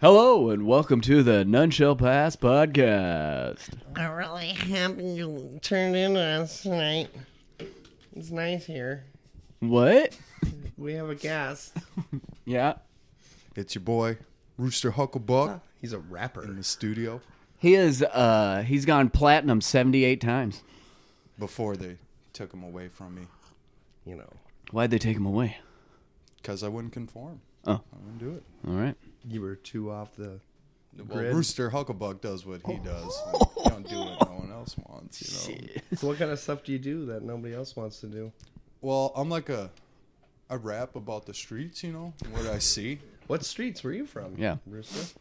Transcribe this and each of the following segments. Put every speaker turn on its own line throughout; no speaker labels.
Hello and welcome to the None Shall Pass podcast.
I'm really happy you turned in on us tonight. It's nice here.
What?
We have a guest.
Yeah.
It's your boy Rooster Hucklebuck
He's a
in
rapper.
the studio
He is uh he's gone platinum 78 times.
before they took him away from me
You know,
Why'd they take him away?
because I wouldn't conform.
Oh.
I wouldn't do it.
All right.
you were too off the.
Well,
Grid.
Rooster Hucklebuck does what he does. and don't do what no one else wants. You know.
So what kind of stuff do you do that nobody else wants to do?
Well, I'm like a I rap about the streets. You know what I see.
What streets were you from?
Yeah.
Rooster.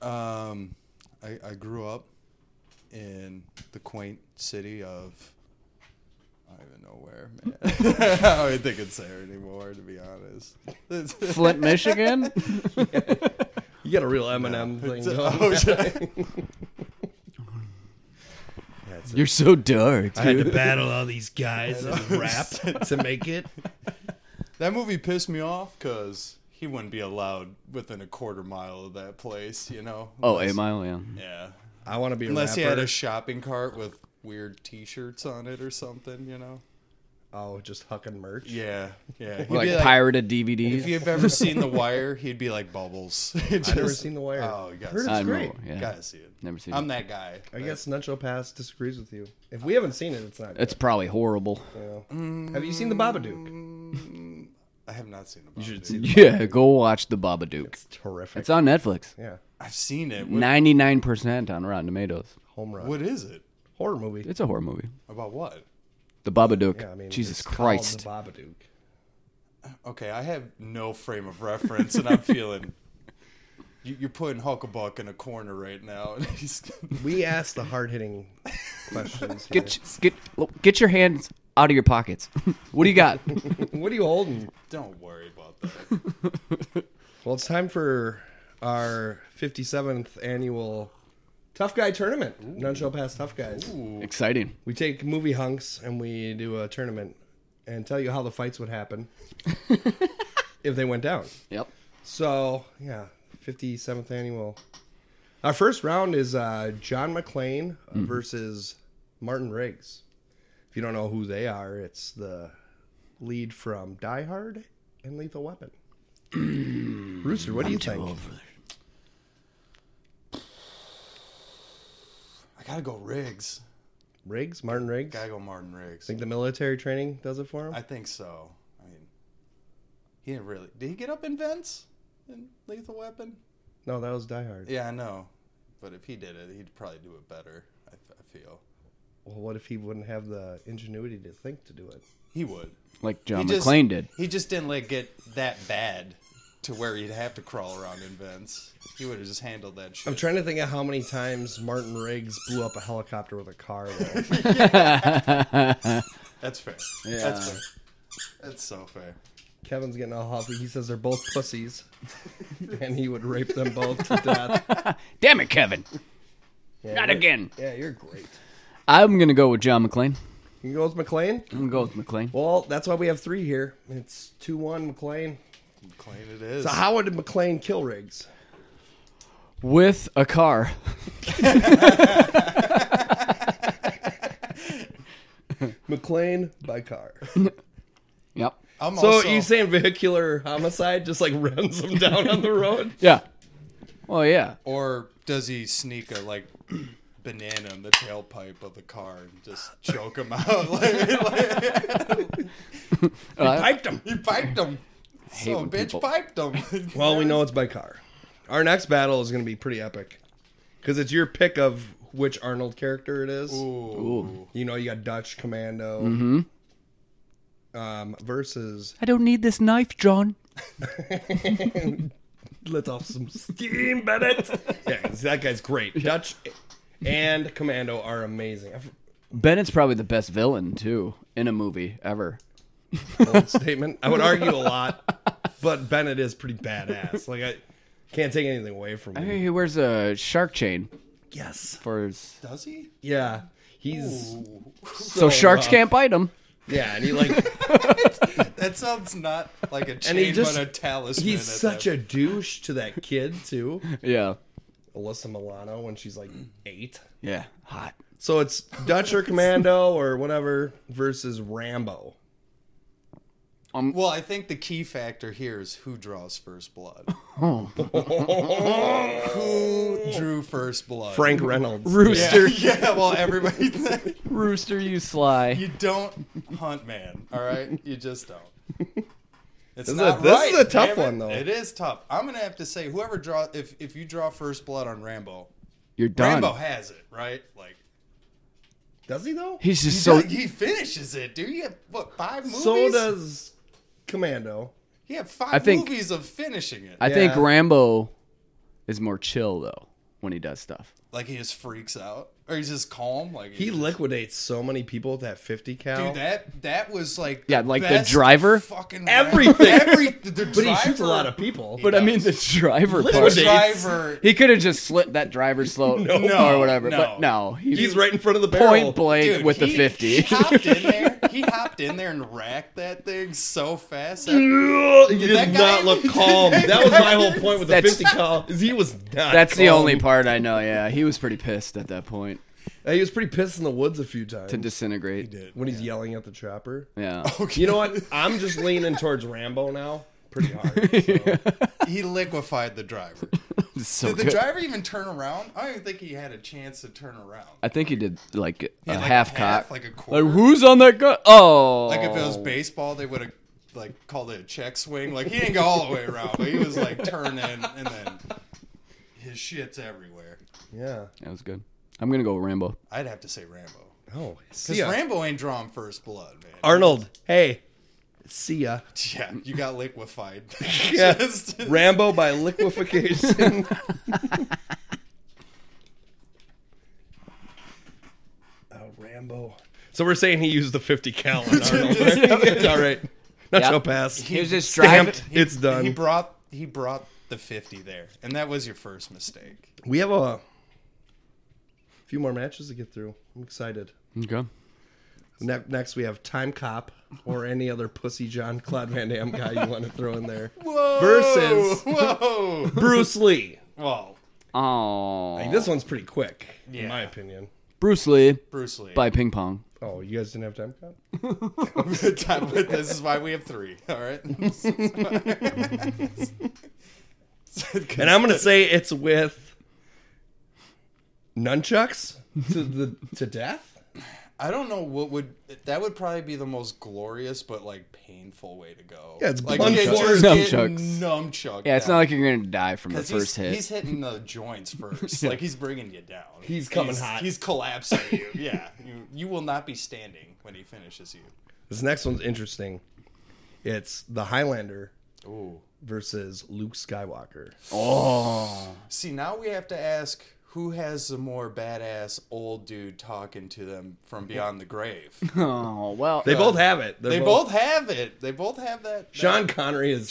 Um, I, I grew up in the quaint city of I don't even know where, man. I don't even think it's there anymore, to be honest. It's-
Flint, Michigan?
You got a real Eminem thing going.
Oh, shit.
That's it.
You're so dark,
I had to
dude.
battle all these guys and rap to make it.
that movie pissed me off because he wouldn't be allowed within a quarter mile of that place, you know?
Oh, A
Unless-
Mile, yeah.
Yeah.
I want to be a
Unless he
rapper.
had a shopping cart with weird t shirts on it or something, you know?
oh, just hucking merch.
Yeah. Yeah. He'd
Like,
be
pirated
If
DVDs.
you've ever seen The Wire, he'd be like Bubbles.
I've never seen The Wire.
Oh, you gotta
Heard
see
it's
I know,
great.
yeah.
Gotta see it.
Never seen
I'm
it.
that guy.
I guess Nacho Pass disagrees with you. If we haven't seen it, it's not.
It's probably horrible.
good, you know. Have you seen the Babadook?
I have not seen it. You
should see-
Yeah, go watch The Babadook.
It's terrific.
It's on Netflix.
yeah,
I've seen it. What,
99% on Rotten Tomatoes.
home run.
what is it?
horror movie?
It's a horror movie.
About what?
The Babadook.
Yeah, I mean,
Jesus
it's called
Christ.
The Babadook.
Okay, I have no frame of reference, and I'm feeling you, you're putting Hucklebuck in a corner right now. And he's,
We asked the hard hitting questions. here.
Get get get your hands out of your pockets. what do you got?
what are you holding?
don't worry about that.
Well, it's time for our 57th annual Tough Guy Tournament. None shall pass Tough Guys.
Exciting.
We take movie hunks and we do a tournament and tell you how the fights would happen if they went down.
Yep.
So yeah, fifty seventh annual. Our first round is uh, John McClane versus Martin Riggs. If you don't know who they are, it's the lead from Die Hard and Lethal Weapon. Rooster, what do you think?
I gotta go Riggs.
Riggs, Martin Riggs.
Gotta go Martin Riggs.
Think the military training does it for him?
I think so. I mean, he didn't really. Did he get up in vents in Lethal Weapon?
no, that was Die Hard.
Yeah, I know. But if he did it, he'd probably do it better. I, f- I feel
Well, what if he wouldn't have the ingenuity to think to do it?
he would.
Like John
he just-
McClane did.
He just didn't let it get that bad to where he'd have to crawl around in vents. He would have just handled that shit.
I'm trying to think of how many times Martin Riggs blew up a helicopter with a car. though.
That's fair.
Yeah.
That's fair. That's so fair.
Kevin's getting all huffy. He says they're both pussies, and he would rape them both to death.
Damn it, Kevin.
Yeah,
Not
you're-
again.
Yeah, you're great.
I'm gonna go with John McClane.
You can go with McLean.
I'm gonna go with McClane.
Well, that's why we have three here. It's two one McLean.
Claim it is.
So how would McLean kill Riggs?
With a car.
McLean by car.
Yep.
I'm
So
also,
you saying vehicular homicide just like runs them down on the road?
Yeah. Well, yeah.
or does he sneak a like banana in the tailpipe of the car and just choke him out? like,
Piped them.
he piped him. So
when
bitch
people-
piped him.
Well, we know it's by car. Our next battle is going to be pretty epic because it's your pick of which Arnold character it is.
Ooh.
You know, you got Dutch Commando um, versus
I don't need this knife, John.
let off some steam, Bennett. yeah, 'cause that guy's great. Dutch and Commando are amazing. I've-
Bennett's probably the best villain too in a movie ever.
Bold statement. I would argue a lot, but Bennett is pretty badass. Like I can't take anything away from him.
He wears a shark chain
Yes.
for his.
Does he?
Yeah. He's
So, sharks Oh,
rough.
can't bite him.
Yeah, and he like
That sounds not like a chain,
And he just-
but a talisman.
he's such a douche to that kid too.
Yeah.
Alyssa Milano when she's like eight.
Yeah. Hot.
So it's Dutch or Commando or whatever versus Rambo.
Well, I think the key factor here is who draws first blood.
Oh.
who drew first blood?
Frank Reynolds.
Rooster.
Yeah, yeah, well, everybody.
Rooster, you sly.
you don't hunt man, all right? You just don't. It's
This is a-
not
this
right,
is a tough
damn it.
one, though.
It is tough. I'm gonna have to say, whoever draw if if you draw first blood on Rambo,
You're done.
Rambo has it, right? Like
Does he though?
He's
he,
just so.
does- he finishes it, dude. You have what five movies?
so does Commando.
He had five
I think-
movies of finishing it.
I think
Yeah.
Rambo is more chill though when he does stuff.
like he just freaks out, or he's just calm. Like
He
just-
liquidates so many people with that 50 cal.
Dude, that that was like
Yeah, like the
best
driver?
fucking
Everything.
every the
but
driver,
he shoots a lot of people.
But I mean the driver
the
part.
Liquidates.
driver.
He could have just slit that driver slow
No,
or whatever.
no.
But no, he-
he's right in front of the barrel.
point blank
Dude,
with the
he-
fifty.
He hopped in there. He hopped in there and racked that thing so fast.
He did
that guy-
not look calm. That was my whole point with the
That's-
50 cal. Is he was not.
That's the
calm.
only part I know. Yeah, he was pretty pissed at that point
Hey, He was pretty pissed in the woods a few times
to disintegrate.
when he's yelling at the trapper.
Yeah.
Oh,
You know what? I'm just leaning towards Rambo now, pretty hard.
He liquefied the driver.
so
Did the
good.
driver even turn around? I don't even think he had a chance to turn around.
I think he did like a
had, like,
half
half,
cock.
like a
like
quarter.
who's on that gun? Oh.
Like if it was baseball, they would have like called it a check swing. Like he didn't go all the way around, but he was like turning and then his shit's everywhere.
Yeah.
That was good. I'm gonna go with Rambo.
I'd have to say Rambo.
Oh, see
Because
ya.
Rambo ain't drawing first blood, man.
Arnold, hey, see ya.
yeah, you got liquefied.
Yeah.
Just-
Rambo by liquefaction. oh, Rambo. So we're saying he used the 50 cal on Arnold. It's All right. Not
Yep.
your pass.
He was just driving.
Stamped. it's done.
He brought he brought the fifty there, and that was your first mistake.
we have a few more matches to get through. I'm excited.
Okay.
Ne- next, we have Time Cop or any other pussy John Claude Van Damme guy you want to throw in there
Whoa,
Versus-
whoa.
Bruce Lee.
well,
Oh.
Like, this one's pretty quick,
Yeah.
in my opinion.
Bruce Lee
Bruce Lee.
by ping pong.
Oh, you guys didn't have Time Cop?
Time with this is why we have three. All right.
And I'm gonna say it's with nunchucks to the to death.
I don't know what would that would probably be the most glorious but like painful way to go.
Yeah, it's
like
blunt
you just
force.
get
Nunchucks.
Nunchuck.
Yeah, it's not like you're gonna die from the first
he's,
hit.
He's hitting the joints first. Like he's bringing you down.
He's coming hot.
He's collapsing you. Yeah, you, you will not be standing when he finishes you.
This next one's interesting. It's the Highlander
Ooh.
versus Luke Skywalker.
oh.
See, now we have to ask who has the more badass old dude talking to them from beyond the grave.
Oh well.
They both have it. They're
They both have it. They both have that.
Sean Connery is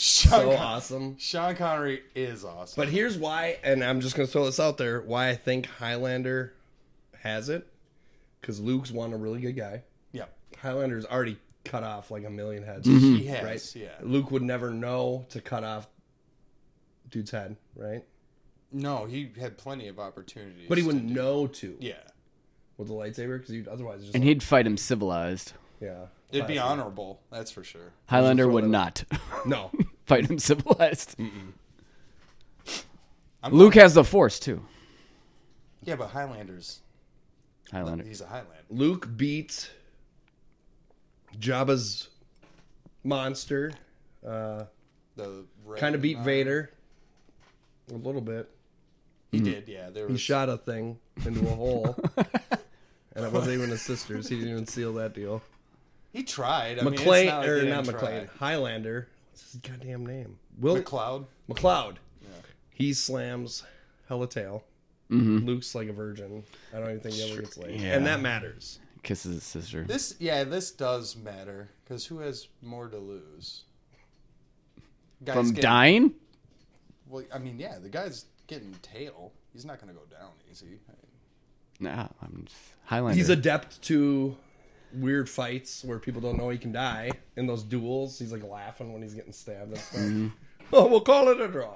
Con-
so awesome.
Sean Connery is awesome.
But here's why, and I'm just gonna throw this out there: why I think Highlander has it, because Luke's one a really good guy.
yeah,
Highlander's already cut off like a million heads.
he has.
Right.
Yeah.
Luke would never know to cut off dude's head, right?
No, he had plenty of opportunities.
But he
to
wouldn't
do-
know to
Yeah,
with the lightsaber because he'd otherwise just
And
like,
he'd fight him civilized.
yeah.
it'd be
Classic.
honorable. That's for sure.
Highlander would not
No,
fight him civilized.
I'm-
Luke has the force too.
Yeah, but Highlanders.
Highlander.
He's a Highlander.
Luke beats Jabba's monster. Uh,
The red
kind of beat
knight.
Vader a little bit.
He did. Yeah, there
Hmm. He
was.
shot a thing into a hole, and it wasn't even his sister's. He didn't even seal that deal.
He tried. I
McLean
mean,
or
it's not,
not
like
McLean, Highlander. What's his goddamn name? Will
McLeod.
McLeod. He slams hella tail. Luke's like a virgin. I don't even think he ever gets laid.
Yeah.
And that matters.
Kisses his sister.
This, yeah, this does matter because who has more to lose? Guys
From
getting-
dying?
Well, I mean, yeah, the guy's getting tail. He's not going to go down easy.
Nah, I'm just- Highlander.
He's adept to weird fights where people don't know he can die in those duels. He's like laughing when he's getting stabbed and stuff. Oh, we'll call it a draw.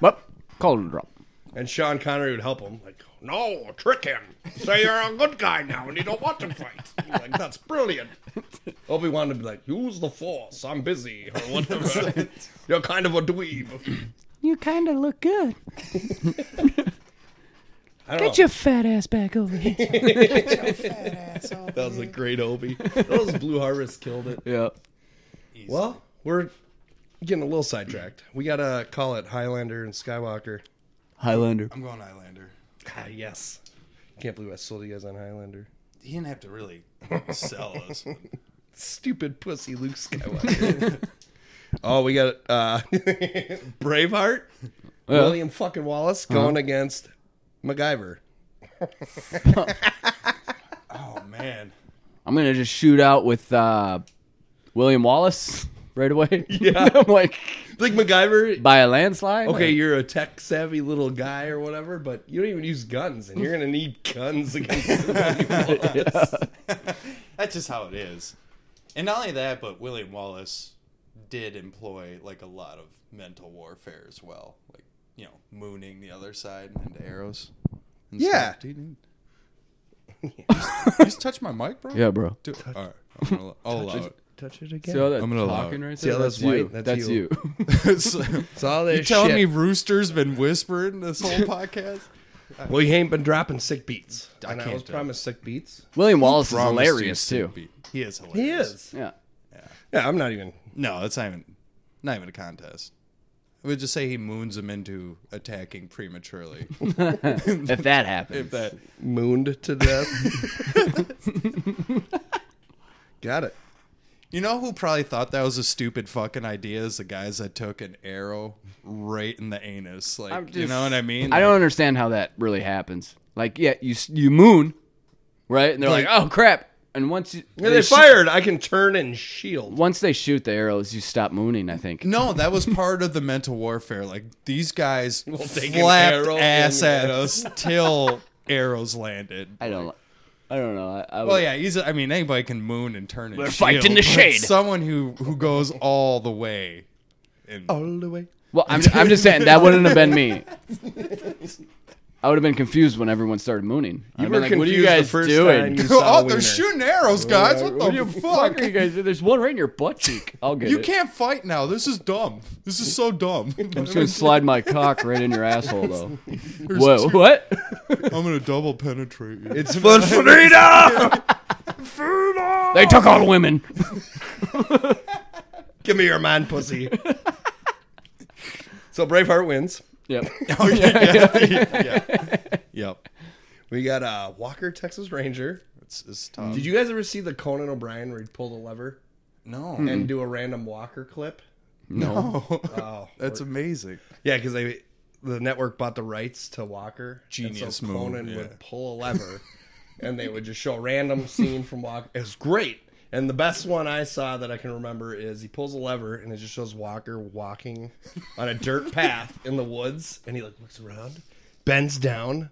Well, call it a drop.
And Sean Connery would help him, like, no, trick him. Say you're a good guy now and you don't want to fight. He's like, that's brilliant. Obi Wan would be like, use the force. I'm busy or whatever. you're kind of a dweeb.
You kind of look good.
Oh.
I don't know.
fat ass back over here.
That was a great Obi. Those Blue Harvest killed it.
yeah.
Well, we're getting a little sidetracked. We gotta call it Highlander and Skywalker.
Highlander.
I'm going Highlander.
Ah, yes. Can't believe I sold you guys on Highlander.
He didn't have to really sell us.
Stupid pussy Luke Skywalker. oh, we got uh Braveheart, William fucking Wallace going against MacGyver.
Oh man,
I'm gonna just shoot out with uh, William Wallace right away.
Yeah.
I'm like
Like MacGyver
by a landslide.
Okay,
Like,
you're a tech savvy little guy or whatever, but you don't even use guns, and you're gonna need guns against
that's just how it is. And not only that, but William Wallace did employ like a lot of mental warfare as well, like you know, mooning the other side into arrows. And
Yeah.
stuff. Dude, you- just, just touch my mic, bro.
Yeah, bro.
Do, all right, I'm gonna, al- I'll allow it.
Touch it again.
See all that
I'm gonna allow
talking
it.
right
See
there?
all
that's
that's white?
you.
That's
That's
you.
you.
So-
It's all this
you telling
shit.
me Rooster's been whispering this whole podcast?
Well, he ain't been dropping sick beats.
I
and I
can't
was
do it.
promised sick beats.
William Wallace is
Promised you
hilarious
sick
too.
beat. He is hilarious.
He is.
Yeah.
Yeah, I'm not even.
No, that's not even not even a contest. I would just say he moons him into attacking prematurely.
If that happens.
if that
mooned to death. Got it.
you know who probably thought that was a stupid fucking idea is the guys that took an arrow right in the anus. Like
I'm
you
just-
know what I mean?
I don't understand how that really happens. Like, yeah, you s- you moon, right? And they're like, oh crap! And once you,
Yeah, they,
shoot-
fired. I can turn and shield.
once they shoot the arrows, you stop mooning. I think.
No, that was part of the mental warfare. Like these guys
take an
flapped
arrow
ass
in the
at
ass.
us till arrows landed.
I don't. li- I don't know. I, I
Well,
would-
yeah, he's. I mean, anybody can moon and turn. We're
fighting the shade.
Someone who who goes all the way. And
All the way.
Well, I'm, I'm just saying that wouldn't have been me. I would have been confused when everyone started mooning. You
were
like, what are you
confused the
guys
first
doing?
time you-
oh,
Saw the
they're
wiener.
shooting arrows, guys! What the
What the
fuck?
fuck are you guys? There's one right in your butt cheek. I'll get
You
it.
can't fight now. This is dumb. This is so dumb.
I'm just gonna slide my cock right in your asshole, though.
There's
Whoa,
two-
what?
I'm gonna double penetrate you.
It's for freedom.
They took all women.
Give me your man, pussy. so Braveheart wins.
Yep.
oh, yeah, yeah, yeah. Yep.
We got uh, Walker, Texas Ranger.
It's, it's tough.
Did you guys ever see the Conan O'Brien where he'd pull the lever
No.
and do a random Walker clip?
No.
Oh,
That's amazing.
Yeah, because they the network bought the rights to Walker. and
Genius
so
move,
Conan
yeah.
would pull a lever, and they would just show a random scene from Walker. It's great. And the best one I saw that I can remember is he pulls a lever and it just shows Walker walking on a dirt path in the woods, and he like looks around, bends down,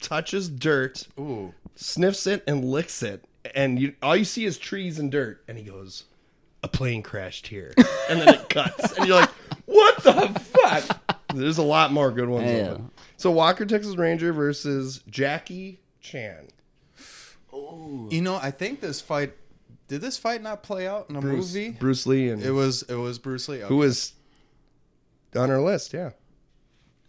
touches dirt,
Ooh.
sniffs it, and licks it, and you, all you see is trees and dirt, and he goes. A plane crashed here, and then it cuts, and you're like, "What the fuck?" There's a lot more good ones.
Yeah.
open. So Walker Texas Ranger versus Jackie Chan.
You know, I think this fight. Did this fight not play out in a movie?
Bruce Lee and
It was. It was Bruce Lee.
who was on our list? Yeah,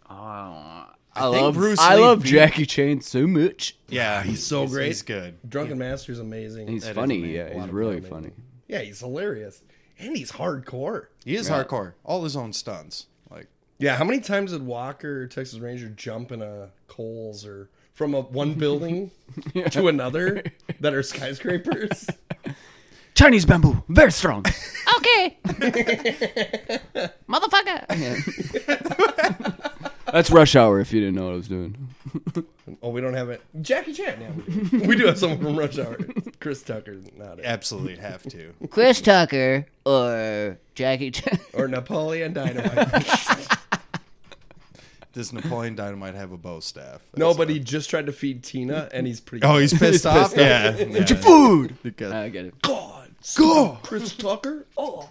I,
think
love
Bruce
I
Lee
love
beat-
Jackie Chan so much.
Yeah, he's
so great.
He's good.
Drunken Master's amazing.
He's
That is
funny.
amazing.
Yeah,
A lot
he's
of
really
comedy.
funny.
yeah, he's hilarious, and he's hardcore.
He is hardcore. All his own stunts. Like
Yeah, how many times did Walker Texas Ranger jump in a Coles or from a one building to another that are skyscrapers?
Chinese bamboo, very strong. okay. Motherfucker. That's rush hour if you didn't know what I was doing.
Oh, we don't have it. Jackie Chan. Yeah, we do, we do have someone from Rush Hour. Chris Tucker, not it.
absolutely have to.
Chris Tucker
Uh,
or Jackie Chan.
Or Napoleon Dynamite.
Does Napoleon Dynamite have a bow staff? That's
No, but
what-
he just tried to feed Tina, and he's pretty.
Oh, he's pissed
He's
off.
pissed off.
yeah,
Get
yeah.
your food.
You got-
uh, I get it.
God,
Go!
Chris Tucker. Oh,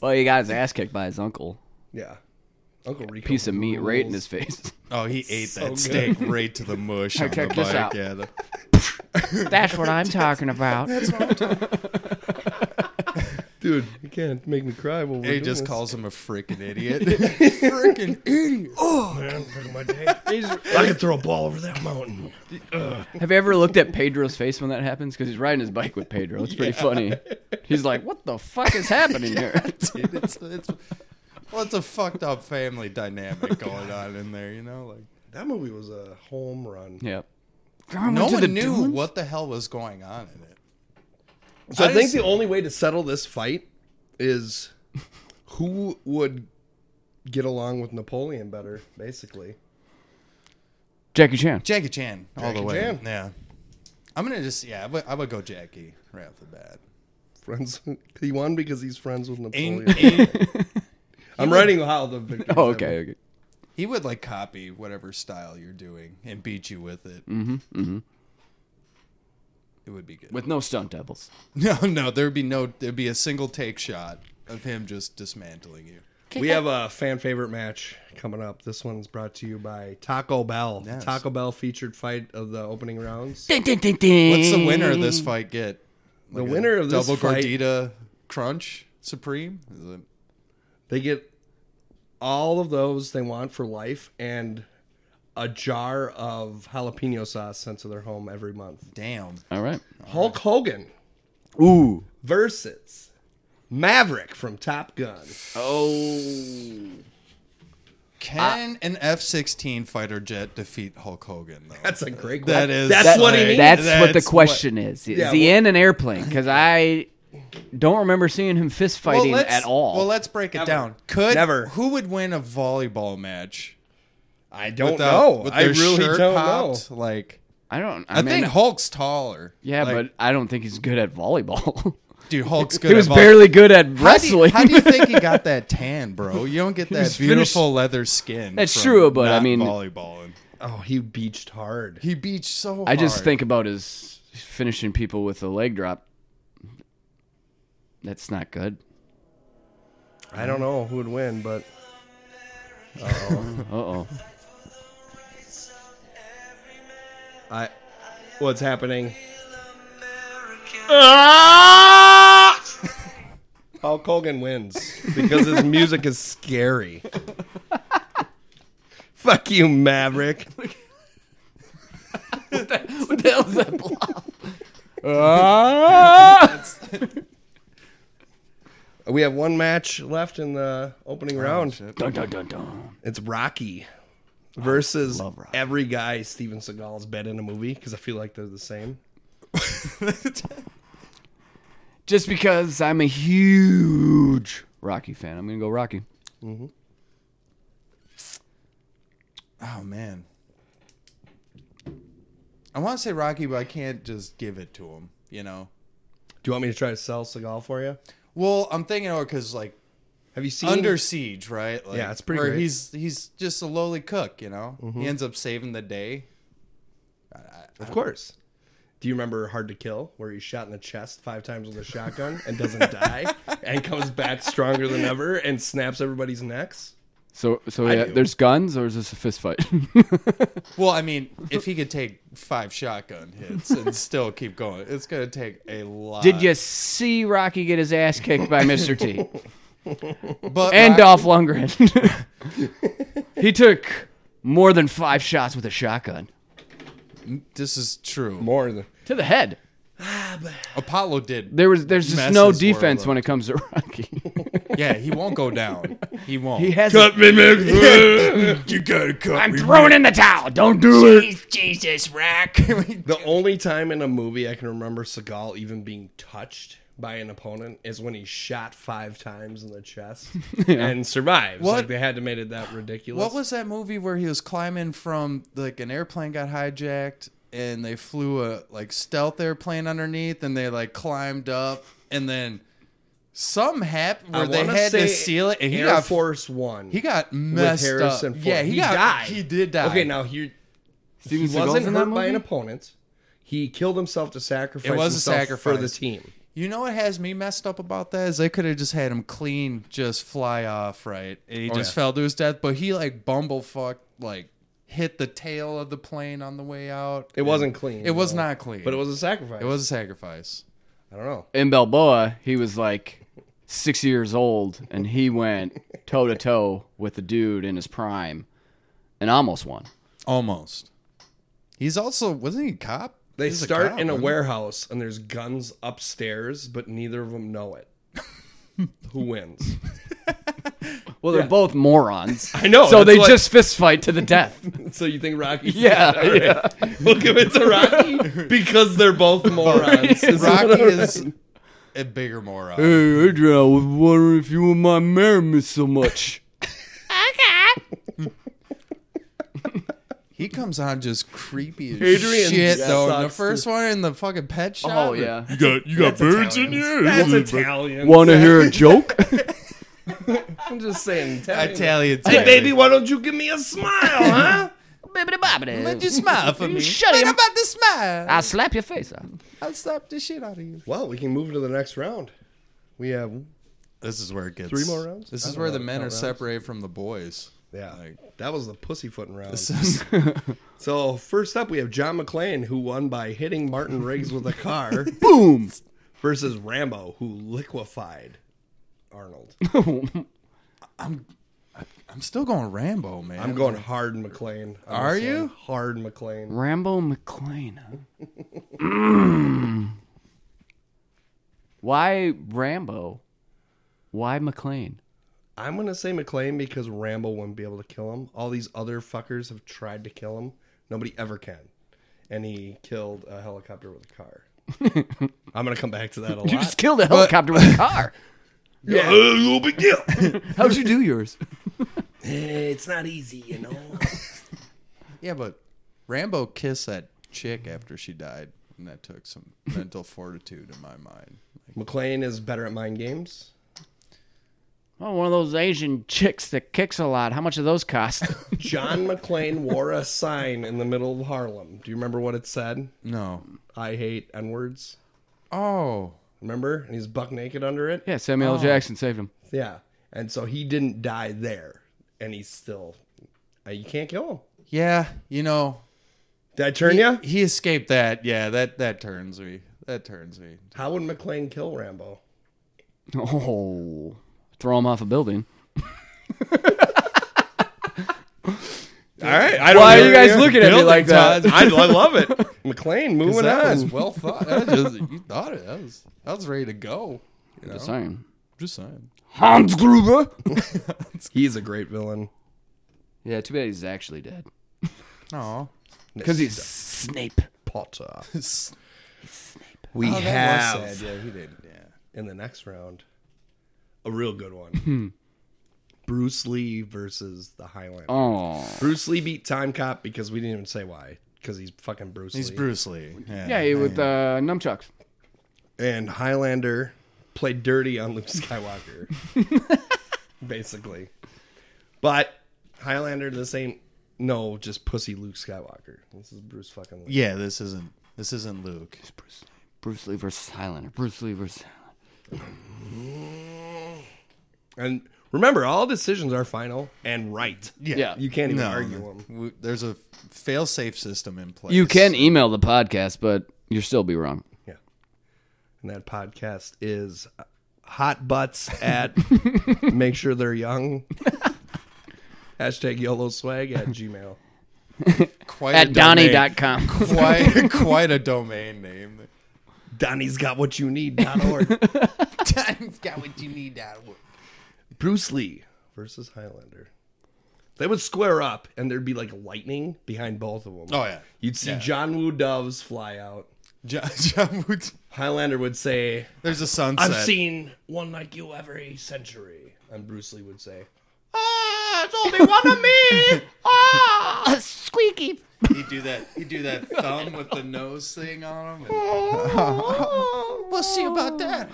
Well, he got his ass kicked by his uncle.
yeah, Uncle Rico.
Piece of meat right in his
rules.
face.
Oh, he ate
So
that
good.
steak right to the mush on the
check
bike.
this out.
Yeah, the-
That's what I'm talking about.
Dude, you can't make me cry. While we're
he
doing
just
this.
calls him a freaking idiot. freaking idiot.
Man, look at my day. I could throw a ball over that mountain.
Have you ever looked at Pedro's face when that happens? Because he's riding his bike with Pedro. It's pretty funny. He's like, "What the fuck is happening here?"
Dude, it's, it's, well, it's a fucked up family dynamic going on in there, you know? Like,
That movie was a home run.
Yeah.
no one knew what the hell was going on in it.
So I,
I
think
just-
the only way to settle this fight is who would get along with Napoleon better, basically.
Jackie Chan.
Jackie Chan, all the
Jackie
way.
Chan.
Yeah. I'm going to just, yeah, I would, I would go Jackie right off the bat.
Oh, Friends, he won because he's friends with Napoleon.
Ain't, ain't,
I'm writing how the victory.
Oh, okay. okay.
he would, like, copy whatever style you're doing and beat you with it.
Mm-hmm. Mm-hmm.
It would be good.
With no stunt doubles.
No, no, there'd be no, there'd be a single take shot of him just dismantling you.
We have a fan favorite match coming up. This one's brought to you by Taco Bell.
Yes.
Taco Bell featured fight of the opening rounds.
What's the winner of this fight get?
The
Like a
winner of this
double
fight-
gordita crunch supreme. Is it?
They get all of those they want for life and a jar of jalapeno sauce sent to their home every month.
Damn.
All right.
Hulk Hogan
Ooh.
versus Maverick from Top Gun.
Oh.
Can an F sixteen fighter jet defeat Hulk Hogan though?
That's a great
That
question.
is-
That's
that-
what he needs.
That's, what the
That's
question is. Is
Yeah,
he
well-
in an airplane? Because I don't remember seeing him fist fighting
let's-
at all.
Well, let's break it down. Could
Never.
who would win a volleyball match?
I don't
without-
know.
with
I
their
really
shirt
don't
popped?
know.
Like
I don't. I,
I,
mean,
think Hulk's taller.
yeah, but I don't think he's good at volleyball.
but dude, Hulk's good.
he was
at volley-
barely good at
How do, you,
wrestling.
how do you think he got that tan, bro? You don't get that
was
beautiful
finished-
leather skin.
That's
from
true, but I
not
mean-
volleyballing.
Oh, he beached hard.
He beats so.
I just
hard.
think about his finishing people with a leg drop. That's not good.
I don't know who would win, but
Uh oh.
I what's happening? Hulk Hogan wins because his music is scary. Fuck you, Maverick.
what the hell is that blob? Ah!
We have one match left in the opening round.
shit.
dun, dun, dun, dun.
It's Rocky versus
love Rocky.
every guy Steven Seagal's been in a movie because I feel like they're the same.
Just because I'm a huge Rocky fan, I'm gonna go Rocky.
Oh man. I want to say Rocky, but I can't just give it to him. You know.
Do you want me to try to sell Seagal for you?
Well, I'm thinking of because like
Have you seen
Under Siege, right? Like,
Yeah, it's pretty
Where
great.
he's he's just a lowly cook. You know. He ends up saving the day.
Of course. Do you remember Hard to Kill, where he's shot in the chest five times with a shotgun and doesn't die, and comes back stronger than ever and snaps everybody's necks?
So, so
I
yeah,
do.
there's guns, or is this a fist fight?
Well, I mean, if he could take five shotgun hits and still keep going, it's gonna take a lot.
Did you see Rocky get his ass kicked by Mr. T
But
and
Rocky-
Dolph Lundgren? he took more than five shots with a shotgun
This is true.
More than
to the head.
Apollo did.
There was there's just
Mess
no
his world
defense
up.
when it comes to Rocky.
Yeah, he won't go down. He won't.
He has a,
me, Mick.
you gotta cut
I'm throwing in the towel. Don't do it.
Jesus, Rack.
the only time in a movie I can remember Seagal even being touched by an opponent is when he shot five times in the chest and survives.
What-
Like they had to made it that ridiculous.
What was that movie where he was climbing from like an airplane got hijacked and they flew a like stealth airplane underneath and they like climbed up and then Some happened
I
where they
wanna
had
say
to seal it, and he
Air
got
Force One.
he got messed
Harrison
up.
Ford.
Yeah, he,
He
got,
died.
He did die.
okay, now he
Steven
he
Seagal's
wasn't
in that
hurt by an
movie?
opponent. He killed himself to sacrifice.
It was a
himself for the
sacrifice.
team.
You know what has me messed up about that is they could have just had him clean, just fly off, right? And he
Oh,
just
yeah.
fell to his death, but he like bumblefucked, like hit the tail of the plane on the way out.
It wasn't clean.
It was
though.
not clean,
but it was a sacrifice.
it was a sacrifice.
I don't know.
in Balboa, he was like six years old, and he went toe to toe with the dude in his prime, and almost won.
Almost. He's also wasn't he a cop?
They
He's
start
cop,
in a
wasn't he?
warehouse and there's guns upstairs, but neither of them know it. Who wins?
Well, they're both morons.
I know,
So
that's
they
what-
just fist fight to the death.
so you think Rocky?
Yeah,
All right. We'll give it to Rocky because they're both morons. Is what
Rocky
I'm-
is a bigger moron.
Hey, Adrian, I was wondering if you and my mare miss so much.
He comes on just creepy as
Adrian
shit
sucks,
though. in the
dude.
first one in the fucking pet shop.
Oh yeah.
You got you got birds in you.
That's Italian.
Want to hear a joke?
I'm just saying. Italian.
Italian.
Hey, baby, why don't you give me a smile, huh?
Would you smile for me?
Shut
What
him.
about the smile?
Ah.
I'll slap your face off.
I'll slap the shit out of you.
well, we can move to the next round. We have
This is where it gets
Three more rounds?
This
I
is
don't
where
know,
the men
no
are
rounds.
separated from the boys.
yeah.
Like-
that was the pussyfooting round.
This is
So first up, we have John McClane, who won by hitting Martin Riggs with a car,
Boom.
versus Rambo, who liquefied Arnold.
I'm still going Rambo, man.
I'm going hard McClane. on
Are
this one.
you?
hard McClane?
Rambo McLean. Huh? Mm. Why Rambo? Why McLean?
I'm gonna say McClane because Rambo wouldn't be able to kill him. All these other fuckers have tried to kill him. Nobody ever can. And he killed a helicopter with a car. I'm gonna come back to that a lot.
You just killed a helicopter with a car.
yeah, uh, no big deal.
How'd you do yours?
Eh, it's not easy, you know.
Yeah, but Rambo kissed that chick after she died, and that took some mental fortitude in my mind. Like,
McClane is better at mind games.
Oh, one of those Asian chicks that kicks a lot. How much do those cost?
John McClane wore a sign in the middle of Harlem. Do you remember what it said?
no.
I hate N words.
Oh.
Remember? And he's buck naked under it.
yeah, Samuel L. Jackson saved him.
Yeah. And so he didn't die there, and he's still. Uh, you can't kill him.
Yeah, you know,
Did I turn ya?
he escaped that. Yeah, that that turns me. That turns me.
How would McClane kill Rambo?
Oh, throw him off a building.
All right. I don't
Why are
hear
you guys looking at me
Building
like that?
Todd.
I, I love it. McClane, moving
that was
on.
well thought. That was just- you thought it. That was I was ready to go. You know?
Just saying.
Just saying.
Hans Gruber.
He's a great villain.
yeah, too bad he's actually dead.
Aw.
Because he's Snape.
Potter.
We
We
Oh,
have
Yeah, he did. Yeah.
in the next round a real good
Hmm.
one. Bruce Lee versus the Highlander.
Oh.
Bruce Lee beat Time Cop because we didn't even say why. Because he's fucking Bruce
He's
Lee.
Bruce Lee. Yeah.
Yeah, he with uh, nunchucks.
and Highlander played dirty on Luke Skywalker, basically. But Highlander, this ain't no just pussy Luke Skywalker. This is Bruce fucking Lee.
Yeah, this isn't this isn't Luke.
Bruce, Bruce Lee versus Highlander. Bruce Lee versus
And remember, all decisions are final and right.
Yeah.
you can't even argue them.
w- There's a fail-safe system in place.
You can email the podcast, but you'll still be wrong.
Yeah, and that podcast is hot butts at make sure they're young. Hashtag YOLO swag at Gmail.
quite
At
domain-
Donnie.com.
Quite quite a domain name.
Donnie's got what you need. dot org.
Donnie's got what you need out.
Bruce Lee versus Highlander. They would square up, and there'd be like lightning behind both of them.
Oh yeah.
You'd see
Yeah.
John Woo doves fly out.
John, John Woo-
Highlander would say,
There's a sunset.
"I've seen one like you every century," and Bruce Lee would say,
It's only one of me. Ah, squeaky.
He'd do that. He'd do that thumb with the nose thing on him. we'll see about that.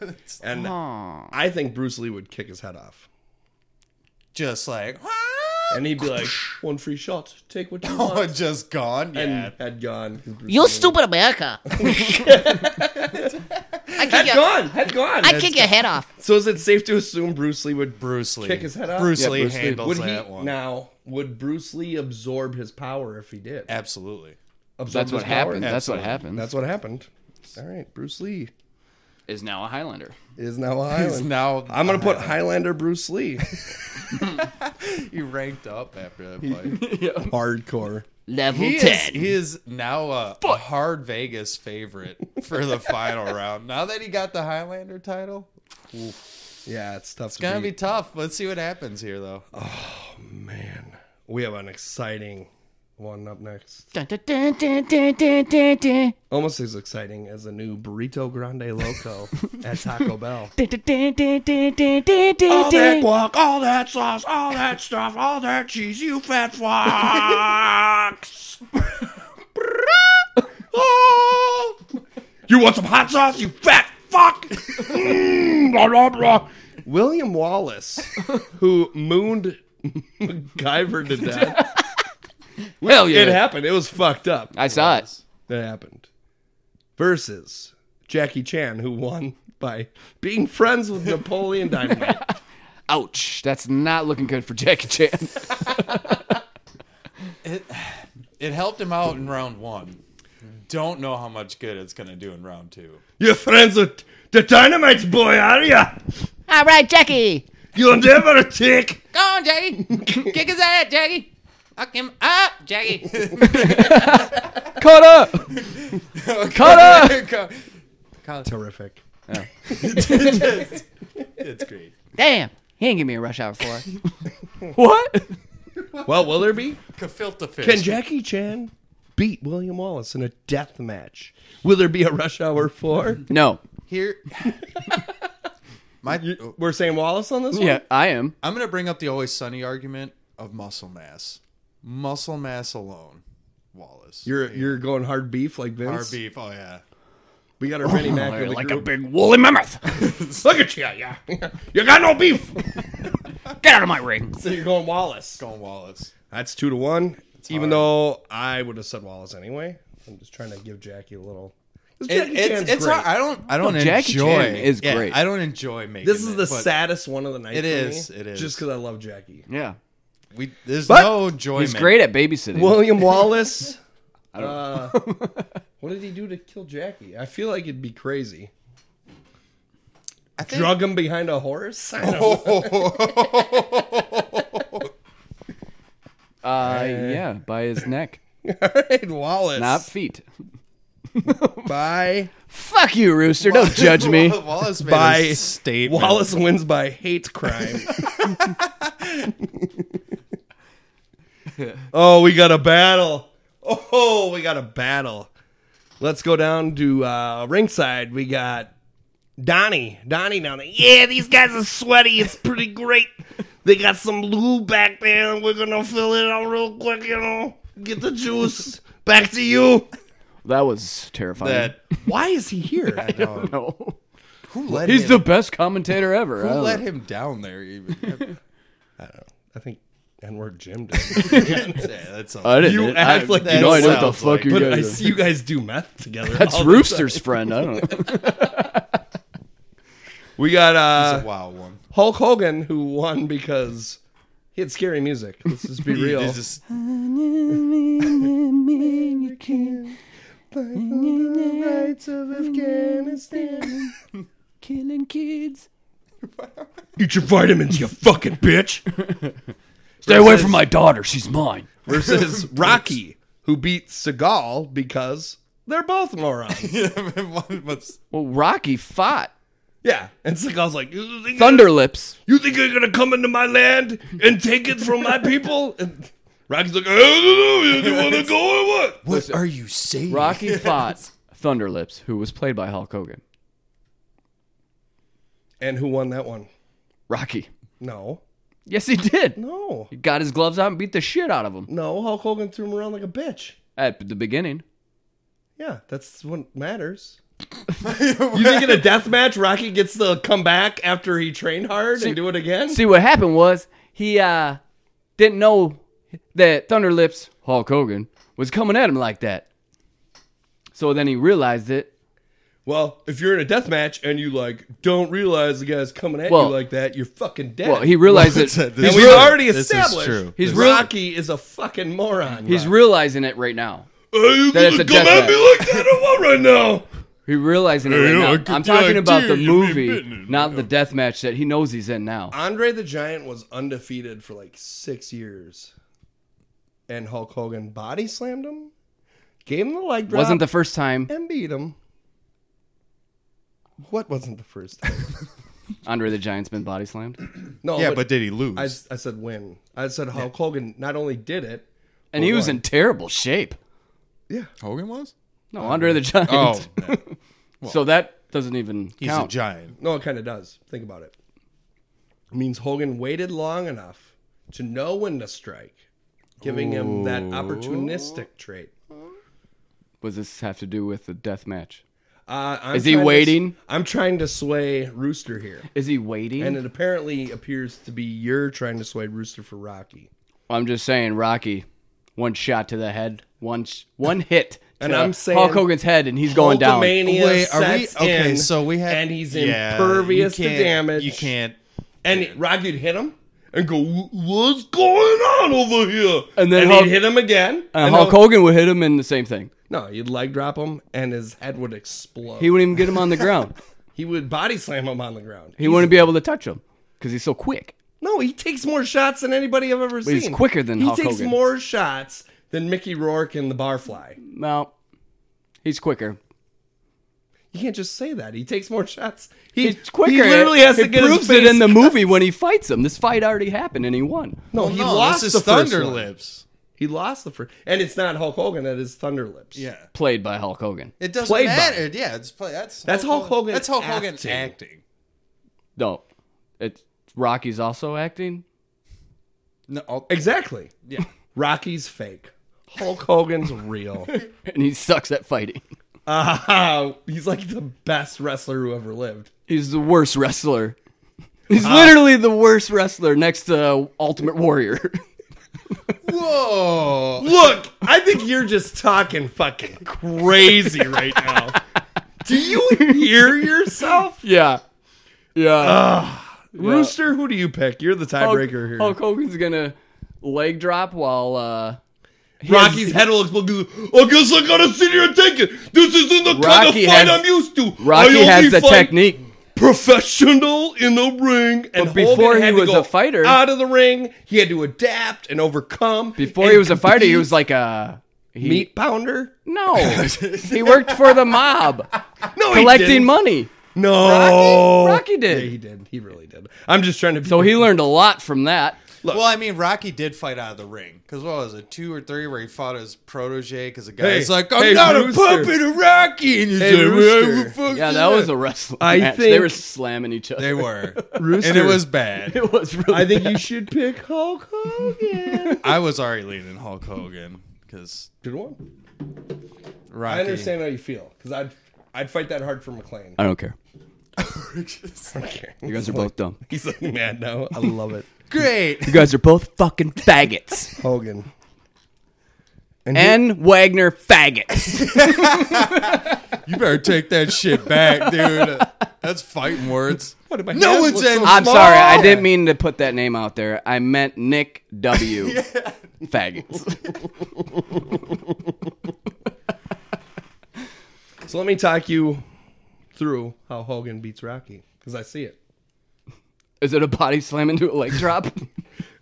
It's
And
Aw.
I think Bruce Lee would kick his head off.
just like
And he'd be like, one free shot, take what you
oh,
want.
just gone. Yeah,
And head gone. 'cause Bruce
You
Lee-
stupid America. I kick,
Head
your,
gone! Head gone!
I kick your head off.
So is it safe to assume Bruce Lee would
Bruce Lee.
Kick his head off?
Bruce
Yeah,
Lee
Bruce Lee.
handles
would he
that one.
now? Would Bruce Lee absorb his power if he did?
Absolutely.
Absorb
That's what
his power?
happened. That's what happened.
That's what happened. All right, Bruce Lee
Is now a Highlander.
is now a
He's
Highlander.
now.
I'm gonna put Highlander Bruce Lee.
He ranked up after that fight.
Hardcore.
Level
He is,
10.
he is now a, a hard Vegas favorite for the final round. Now that he got the Highlander title,
Yeah, it's tough. to
it's gonna
beat.
be tough. Let's see what happens here, though.
Man, we have an exciting one up next.
Dun, dun, dun, dun, dun, dun, dun, dun.
Almost as exciting as the new Burrito Grande Loco at Taco Bell.
Dun, dun, dun, dun, dun, dun, dun, dun,
All that
dun.
guac, all that sauce, all that stuff, all that cheese, you fat fox! Oh! you want some hot sauce, you fat fuck? Mm, blah, blah, blah. William Wallace, who mooned MacGyver to death.
Well,
It
yeah.
happened. It was fucked up.
I saw it.
that happened versus Jackie Chan, who won by being friends with Napoleon Dynamite.
Ouch. That's not looking good for Jackie Chan.
It it helped him out in round one. Don't know how much good it's gonna do in round two.
You're friends with the Dynamite's boy, are ya?
All right, Jackie.
You'll never take.
Go on, Jackie. kick his head, Jackie. Fuck him up, Jackie.
Cut up. Cut up.
Terrific.
It's great.
Damn. He ain't give me a rush hour for it.
What?
Well, will there be?
Kafilta fish.
Can Jackie Chan beat William Wallace in a death match? Will there be a rush hour four?
No.
here? My,
We're saying Wallace on this one?
Yeah, I am.
I'm gonna bring up the always sunny argument of muscle mass. Muscle mass alone, Wallace.
You're you're going hard beef like Vince.
our beef. Oh yeah.
We got our Vinnie Mac in the
like a
group.
big woolly mammoth.
Look at you, yeah. you got no beef.
Get out of my ring.
so you're going Wallace.
Going Wallace.
That's two to one. even though I would have said Wallace anyway. I'm just trying to give Jackie a little. 'Cause Jackie Chan's
it's it's
great.
hard. I don't I don't
Jackie
enjoy
Chan is
yeah,
great.
I don't enjoy making
This is
it,
the
but
saddest one of the night.
It
for
is,
me,
it is.
Just because I love Jackie.
Yeah.
We, there's
But-
no joy.
He's
making
great at babysitting.
William Wallace. uh, what did he do to kill Jackie? I feel like it'd be crazy.
I think,
Drug him behind a horse. I don't know.
uh, yeah, by his neck,
All right, Wallace.
not feet.
by
Fuck you, rooster. Don't judge me.
Wallace made
By
a statement.
Wallace wins by hate crime. oh, we got a battle. Oh, we got a battle. Let's go down to uh, ringside. We got Donnie. Donnie down there. Yeah, these guys are sweaty. It's pretty great. They got some lube back there, and we're gonna fill it out real quick. You know, get the juice. Back to you.
That was terrifying.
That
Why is he here?
dog.
no.
who let
He's
him,
the best commentator ever. I
who
don't
let
know.
him down there even.
I think N-word Jim did.
yeah, that's all.
I didn't.
You
I,
act like
I,
you
no idea what the
sounds
fuck
like-
you
But I
guys.
see you guys do meth together.
That's
all the time.
Rooster's friend. I don't know.
We got
That's a
uh,
wild one.
Hulk Hogan who won because he had scary music. Let's just be real.
He's just-
Killing kids.
Eat your vitamins, you fucking bitch.
Stay away from my daughter. She's mine.
Versus Rocky who beat Seagal because they're both morons.
One was-
Well, Rocky fought
Yeah, and Seagal's like, you think,
Thunderlips.
you think you're gonna come into my land and take it from my people? And Rocky's like, I don't know. You wanna go or what?
what are you saying?
Rocky fought Thunderlips, who was played by Hulk Hogan.
And who won that one?
Rocky.
No.
Yes, he did.
No.
He got his gloves out and beat the shit out of him
No, Hulk Hogan threw him around like a bitch.
at the beginning.
Yeah, that's what matters. you think in a death match, Rocky gets to come back after he trained hard and do it again?
See what happened was he uh didn't know that Thunderlips Hulk Hogan was coming at him like that. So then he realized it.
well, if you're in a death match and you like don't realize the guy's coming at
Well-
you like that, you're fucking dead.
Well, he realized
It's
it.
a-
and
this
we've
is-
already
this is
established
true.
He's
he's
real-
Rocky is a fucking moron.
He's realizing it right now.
Are you
That it's a
gonna come
death
at me like that or what right now?
He's realizing it
Hey, yo, I
right
could
now. I'm
die
talking about
too,
the
you mean
movie,
business,
not
you
the death match that he knows he's in now.
Andre the Giant was undefeated for like six years, and Hulk Hogan body slammed him, gave him the leg drop,
Wasn't the first time
and beat him. What wasn't the first time?
Andre the Giant's been body slammed,
No,
Yeah, but did he lose?
I, I said win. I said Hulk Hogan not only did it,
and he was
why?
in terrible shape.
Hogan was.
No, Andre the Giant.
Oh, man,
so that doesn't even
he's a
count.
giant.
no, it kind of does. Think about it. It means Hogan waited long enough to know when to strike, giving him that opportunistic trait.
What does this have to do with the death match?
Uh, I'm
Is he
trying to s-
waiting?
I'm trying to sway Rooster here.
Is he waiting?
And it apparently appears to be you're trying to sway Rooster for Rocky.
I'm just saying, Rocky, one shot to the head, one sh- one hit, to
And I'm saying
Hulk Hogan's head, and he's going down.
Hulkamania
Wait, are we
sets
okay?
in,
so we have,
and he's
Yeah,
impervious
you
to
can't-
damage.
You can't.
And Rocky would hit him and go, "What's going on over here?"
And then
and
Hulk-
he'd hit him again.
And
and
Hulk
he'll-
Hogan would hit him in the same thing.
no, you'd leg drop him, and his head would explode.
He
He,
wouldn't even get him on the ground.
would body slam him on the ground.
He wouldn't be able to touch him because he's so quick.
No, he takes more shots than anybody I've ever seen.
he's quicker than
he
Hulk
takes
Hogan.
more shots than Mickey Rourke and the Barfly.
No, he's quicker.
You can't just say that. He takes more shots. He,
He's quicker.
He literally has
it
to get his
proves it
face-
in the movie when he fights him. This fight already happened and he won.
No, he
Oh, no,
lost
this
the
is Thunder
first one.
Lips.
He lost the first, and it's not Hulk Hogan. That is Thunderlips.
Yeah,
Played by Hulk Hogan.
it doesn't
Played by-
matter. Yeah, it's play. That's
That's Hulk Hogan
That's Hulk Hogan
acting.
acting.
No, it's Rocky's also acting.
No, oh,
exactly.
yeah.
Rocky's fake. Hulk Hogan's real.
And he sucks at fighting.
Ah, he's like the best wrestler who ever lived.
He's the worst wrestler. He's
Uh,
literally the worst wrestler next to Ultimate Warrior.
Whoa.
Look, I think you're just talking fucking crazy right now. Do you hear yourself?
yeah. Yeah.
Uh, Rooster, who do you pick? You're the
Hulk,
tiebreaker here.
Hulk Hogan's gonna leg drop while uh he
Rocky's
has-
head will explode. I guess I gotta sit here and take it. This isn't the kind of
Rocky
fight
has-
I'm used to. I
Rocky
only
has the
fight
technique.
professional in the ring. And
before
Hogan
he
had to
was
go
a fighter-
out of the ring, he had to adapt and overcome.
Before
and
he was a fighter, he
compete.
was like a he,
meat pounder.
No. he worked for the mob.
No, he
collecting
didn't.
money.
No,
Rocky- Rocky did.
Yeah, he did. He really did. I'm just trying to. Be
So he learned a lot from that.
Well, I mean, Rocky did fight out of the ring because what was it, two or three, where he fought his protege because the guy's
Hey,
like, "I'm
hey,
not
Rooster.
a puppet of Rocky," and he's
Hey,
like,
Rooster.
"Well, fuck
Yeah,
is
that was a wrestling
I
match. They
think-
were slamming each other.
They were,
Rooster.
and it was bad.
it was really
I think
bad.
you should pick Hulk Hogan.
I was already leaning Hulk Hogan because
Good one.
Rocky.
I understand how you feel because I'd I'd fight that hard for McLean.
I don't care.
Okay.
You guys are both dumb.
He's like mad now. I love it.
Great.
You guys are both fucking faggots.
Hogan.
and Wagner faggots.
You better take that shit back, dude. That's fighting words.
What, my
No
hands
one's
look so
in.
I'm
small.
sorry, I didn't mean to put that name out there. I meant Nick W. Faggots.
So let me talk you through how Hogan beats Rocky because I see it.
Is it a body slam into a leg drop?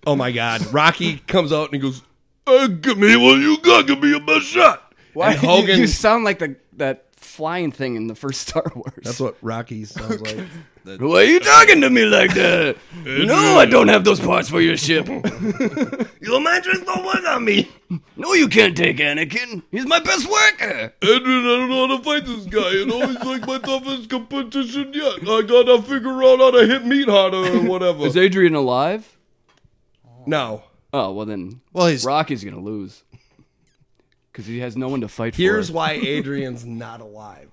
Oh my God! Rocky comes out and he goes, "Uh, "Give me what you got. Give me your best shot."
Why
and
you-
Hogan?
You, sound like the that flying thing in the first Star Wars.
that's what Rocky sounds like.
Why are you talking to me like that? no, I don't have those parts for your ship.
your mantras don't work on me.
No, you can't take Anakin. He's my best worker.
Edwin, I don't know how to fight this guy. You know, he's like my toughest competition yet. I gotta figure out how to hit meat harder or whatever.
Is Adrian alive?
No.
Oh well, then
Well, he's
Rocky's gonna lose because he has no one to fight
Here's
for.
why Adrian's not alive.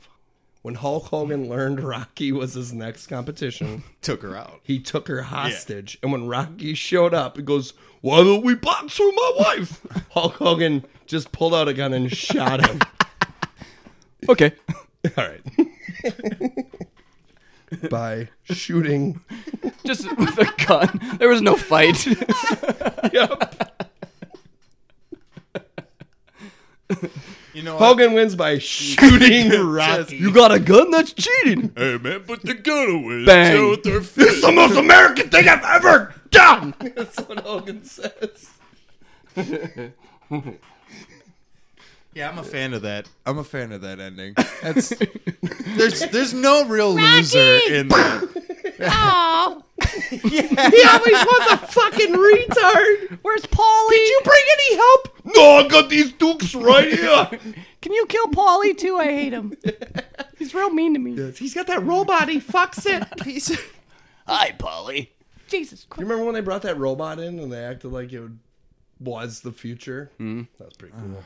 When Hulk Hogan learned Rocky was his next competition,
took her out.
he took her hostage. And when Rocky showed up, he goes, Why don't we box for my wife? Hulk Hogan just pulled out a gun and shot him.
okay.
All right. By shooting.
Just with a gun. There was no fight.
Yep.
You know, what?
Hogan wins by shooting Rocky.
you got a gun? That's cheating.
Hey man, put the gun away.
Bang.
Show their
It's the most American thing I've ever done. That's what Hogan says.
yeah, I'm a fan of that. I'm a fan of that ending. That's there's there's no real loser in that.
Oh,
He always was a fucking retard.
Where's Paulie? Did you
Bring any help? No, I got these dukes right here.
Can you kill Paulie too? I hate him. He's real mean to me.
He's got that robot. He fucks it.
He's-
Hi, Paulie.
Jesus
You
Christ.
remember when they brought that robot in and they acted like it would- was the future?
Hmm.
Mm. That was pretty cool.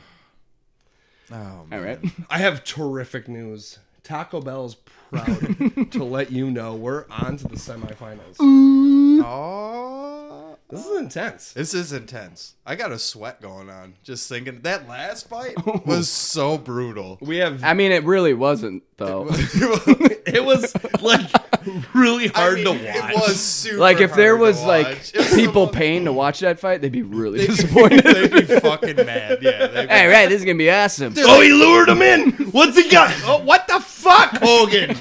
oh,
All
man.
right.
I have terrific news. Taco Bell's proud to let you know we're on to the semifinals.
Oh,
This is intense.
this is intense. I got a sweat going on just thinking that last fight was so brutal.
We have
I mean, it really wasn't though.
it was like really
I
hard
mean,
to watch.
It was super
Like if there
hard to
was like
watch. It was the
people
most-
paying to watch that fight, they'd be really
They'd
disappointed.
be fucking mad. Yeah. they'd be-
All right, this is gonna be awesome.
Oh, he lured him in. What's he got? Oh, what the fuck, Hogan?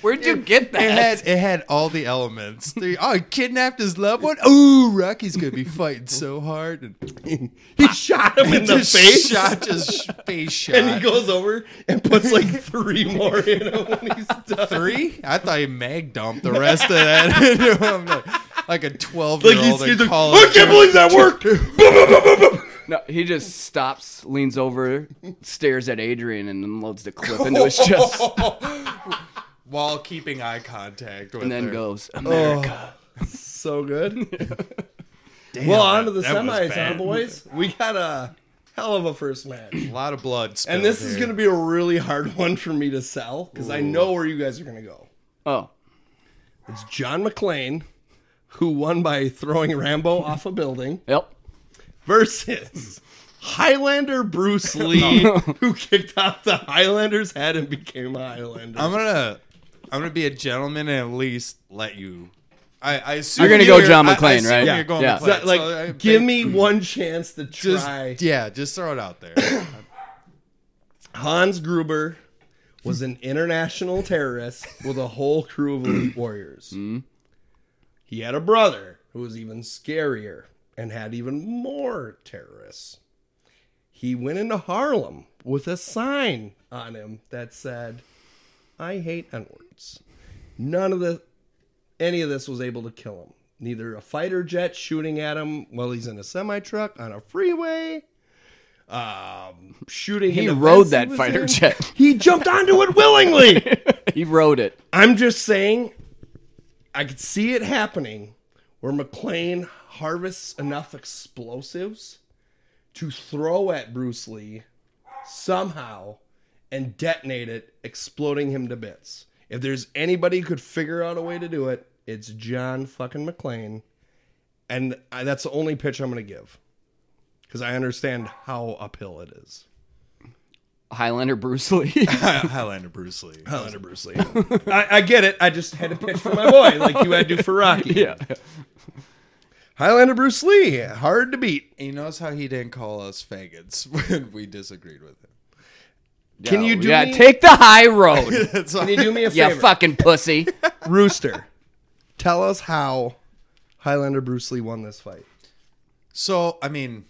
Where'd you get
It
that?
had it had all the elements. The, oh, he kidnapped his loved one. Ooh, Rocky's gonna be fighting so hard and
he shot him in the
just
face.
shot, just face shot.
And he goes over and puts like three more in him when he's done.
three. I thought he mag dumped the rest of that into him, like, like a twelve
Like
year
he's,
old.
he's like, I can't believe that worked.
No, he just stops, leans over, stares at Adrian, and unloads the clip into his chest,
while keeping eye contact with
and then
her.
goes America.
so good. well, on to the
that was
semis, huh,
bad.
boys? We got a hell of a first match.
A lot of blood.
And this is going to be a really hard one for me to sell because I know where you guys are going to go.
Oh,
It's John McClane, who won by throwing Rambo off a building,
yep.
versus Highlander Bruce Lee, who kicked out the Highlander's head and became a Highlander.
I'm gonna I'm gonna be a gentleman and at least let you. I, I assume
You're gonna go
you're-
John
I- I
McClane,
assume
right?
You're
Yeah.
going
Yeah.
McClane.
Is that, like,
So, I-
give me one chance to
just
try.
yeah, just throw it out there.
Hans Gruber was an international terrorist with a whole crew of elite warriors. He had a brother who was even scarier and had even more terrorists. He went into Harlem with a sign on him that said, I hate N words. None of the any of this was able to kill him. Neither a fighter jet shooting at him while he's in a semi truck on a freeway. Um, shooting.
He
into
rode
vents
that
was
fighter
in.
jet.
He jumped onto it willingly.
He rode it.
I'm just saying, I could see it happening where McLean harvests enough explosives to throw at Bruce Lee somehow and detonate it, exploding him to bits. If there's anybody who could figure out a way to do it, it's John fucking McLean. And I, that's the only pitch I'm going to give because I understand how uphill it is.
Highlander Bruce Lee.
Highlander Bruce Lee.
Highlander Bruce Lee. I, I get it. I just had to pitch for my boy, like you had to for Rocky.
yeah.
Highlander Bruce Lee, hard to beat.
He knows how he didn't call us faggots when we disagreed with him.
Can you do
yeah,
me-
take the high road,
That's all.
Can you do me a
you
favor?
fucking pussy.
Rooster, tell us how Highlander Bruce Lee won this fight.
So I mean,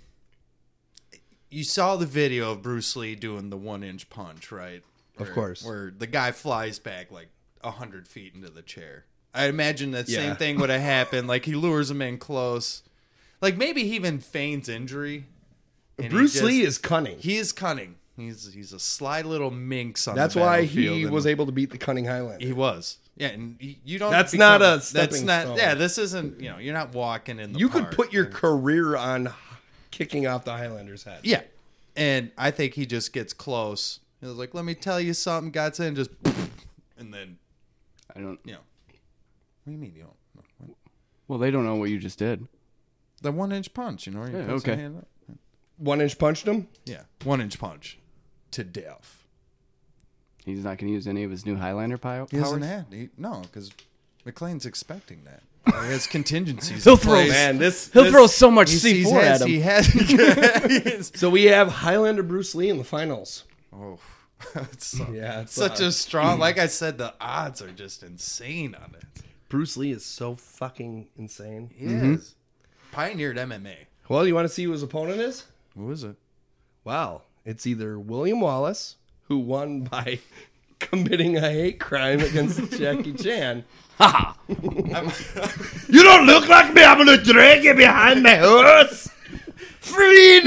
you saw the video of Bruce Lee doing the one-inch punch, right?
Of
Where-
course.
where the guy flies back like a hundred feet into the chair. I imagine that
Yeah.
same thing would have happened. Like he lures him in close, like maybe he even feigns injury. and he
Bruce
just-
Lee is cunning.
he is cunning. He's he's a sly little minx on.
That's
the
why
battlefield,
he
and
was able to beat the cunning Highlander.
He was. Yeah, and y- you don't.
That's not a
That's
stepping
not.
stone.
Yeah, this isn't. You know, you're not walking in the.
You could
park.
put your career on kicking off the Highlander's head.
Yeah, and I think he just gets close. He was like, "Let me tell you something," God said, and just, and then
I don't.
you know, what do you mean you don't?
Well, they don't know what you just did.
The one inch punch, you know, where you
Yeah,
puts your
okay.
hand up.
One inch punched him.
Yeah, one inch punch to death.
He's not going to use any of his new Highlander power.
He doesn't
powers?
have he, no, because McLean's expecting that. Or He has contingencies.
He'll
in
throw-
place.
Man, this
He'll
this-
throw so much
He's-
C4
he's
at
has-
him.
He has. he is-
So we have Highlander Bruce Lee in the finals.
oh, it's so-
Yeah, it's
such
odd.
a strong. Like I said, the odds are just insane on it.
Bruce Lee is so fucking insane.
He
Hmm?
is pioneered MMA.
Well, you want to see who his opponent is?
Who is it?
Wow, it's either William Wallace, who won by committing a hate crime against Jackie Chan,
You don't look like me. I'm gonna drag you behind my horse. Freedom!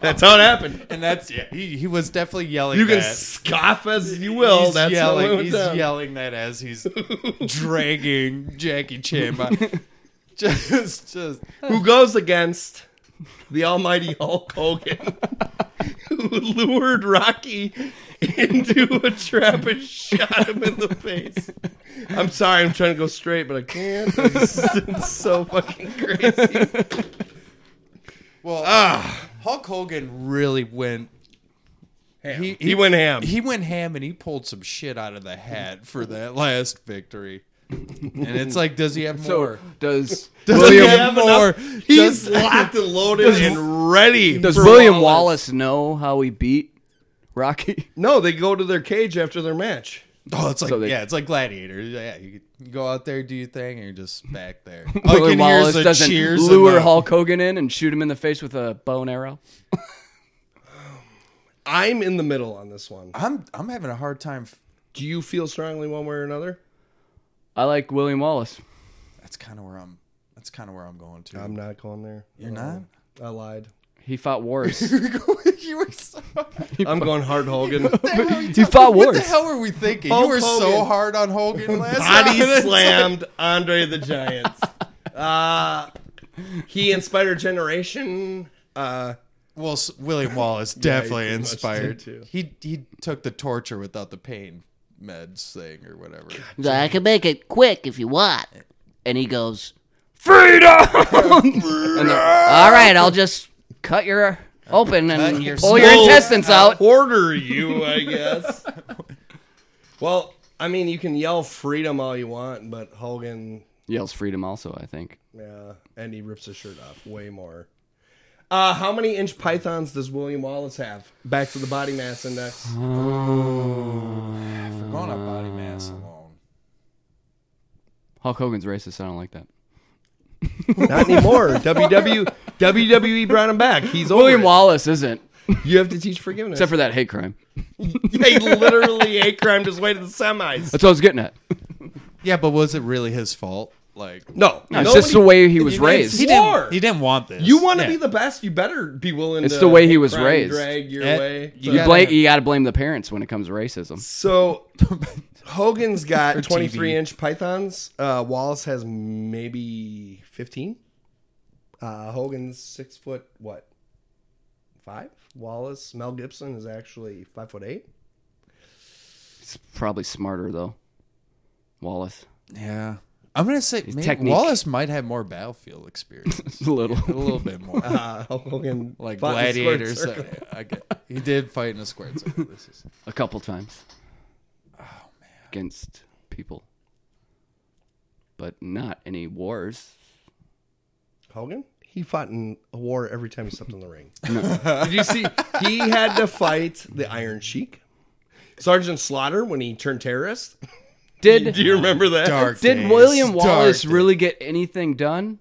That's how it happened.
And that's yeah. He, he was definitely yelling.
You can
that.
scoff as you will.
he's
That's how it
yelling.
went
He's
down.
yelling that as he's dragging Jackie Chan. By. just, just
Who goes against the almighty Hulk Hogan, who lured Rocky into a trap and shot him in the face. I'm sorry, I'm trying to go straight, but I can't. It's, it's so fucking crazy.
well.
Ah.
Hulk Hogan really went. He,
He went ham.
He went ham and he pulled some shit out of the hat for that last victory. And it's like, does he have
So
more?
does
does
William
he have more?
Moore. He's
does,
locked and loaded and ready.
does
for
William Wallace. know how he beat Rocky?
No, they go to their cage after their match.
oh, it's like
So they-
yeah, it's like Gladiator. Yeah, you, you go out there, do your thing, and you're just back there. All you
William
can hear is
Wallace
the
doesn't
cheers and
lure
the-
Hulk Hogan in and shoot him in the face with a bow and arrow.
I'm in the middle on this one.
I'm I'm having a hard time. f-
Do you feel strongly one way or another?
I like William Wallace.
That's kind of where I'm. That's kind of where I'm going to.
I'm not going there.
You're not.
I lied.
He fought worse.
you were so.
I'm going hard Hogan.
he fought
What the
worse.
hell were we thinking?
Hulk
you were so
Hogan.
hard on Hogan last
Body
time. It's
slammed Andre the Giant. Uh, he inspired a generation. Uh,
Well, S- William Wallace definitely
pretty much
inspired.
did too.
He he took the torture without the pain meds thing or whatever.
He's like, I can make it quick if you want. And he goes,
And they're-
All right, I'll just cut your open
Cut
and
your
pull your
soul
intestines out.
order you, I guess. well, I mean, you can yell freedom all you want, but Hogan,
yells freedom also, I think.
yeah, and he rips his shirt off way more. Uh, how many inch pythons does William Wallace have? Back to the body mass index.
We're going on body mass alone.
Hulk Hogan's racist. I don't like that.
Not anymore. WW, WWE E brought him back. He's over
William
it.
Wallace isn't,
You have to teach forgiveness.
except for that hate crime.
they literally hate crimed his way to the semis.
That's what I was getting at.
Yeah, but was it really his fault? Like
No,
No, it's just the way he was raised.
He
he didn't want this.
You want to
Yeah.
be the best, you better be willing.
It's
to
the way he
hate
was
crime,
raised.
Drag your
Eh,
way.
you
to-
gotta-
Blame, you got to blame the parents when it comes to racism.
so Hogan's got
TV.
23 inch pythons. Uh, Wallace has maybe 15. Uh, Hogan's six foot what? Five. Wallace Mel Gibson is actually five foot eight.
It's probably smarter though. Wallace,
Yeah, I'm gonna say maybe
technique.
Wallace might have more battlefield experience,
a little.
a little bit more.
Uh, Hogan
Like
fought in a squared
gladiators,
circle.
I get- he did fight in a squared circle. This is
A couple times. Oh, Against people. But not any wars.
uh.
Hogan? He fought in a war every time he stepped in the ring. Did you see? He had to fight the Iron Sheik, Sergeant Slaughter when he turned terrorist.
Did
Do you remember that?
dark.
did
days,
William
dark
Wallace
days.
really get anything done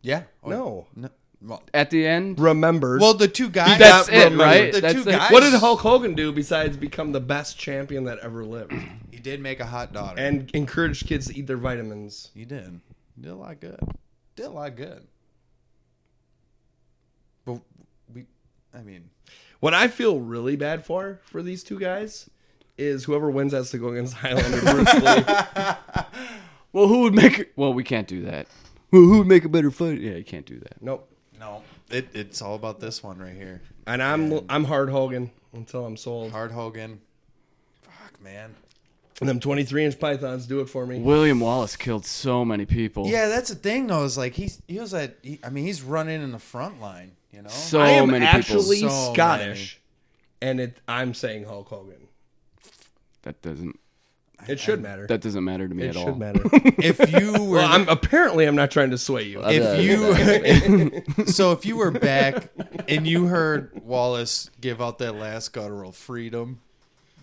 Yeah. Oh,
No.
No. Well,
at the end?
Remembered.
well, the two guys.
That's it, right?
The
That's
two
it.
guys.
what did Hulk Hogan do besides become the best champion that ever lived
He did make a hot daughter.
and encourage kids to eat their vitamins?
He did. Did a lot good. Did a lot good. But we, I mean,
What I feel really bad for for these two guys is whoever wins has to go against Highlander Bruce Lee.
Well, who would make? Well, we can't do that. Well, who would make a better fight? Yeah, you can't do that.
Nope.
No, it, it's all about this one right here.
And I'm I'm hard Hogan until I'm sold.
Hard Hogan. Fuck, man.
And them 23 inch pythons do it for me.
William Wallace killed so many people.
Yeah, that's the thing though. Is like he's he was at. He, I mean, he's running in the front line. You know.
so
I am
many people.
actually
So many.
Scottish, and it I'm saying Hulk Hogan.
That doesn't
It should matter.
that doesn't matter to me
it
at
should
all.
matter.
if you were,
well, I'm apparently I'm not trying to sway you.
if you, so if you were back and you heard Wallace give out that last guttural freedom,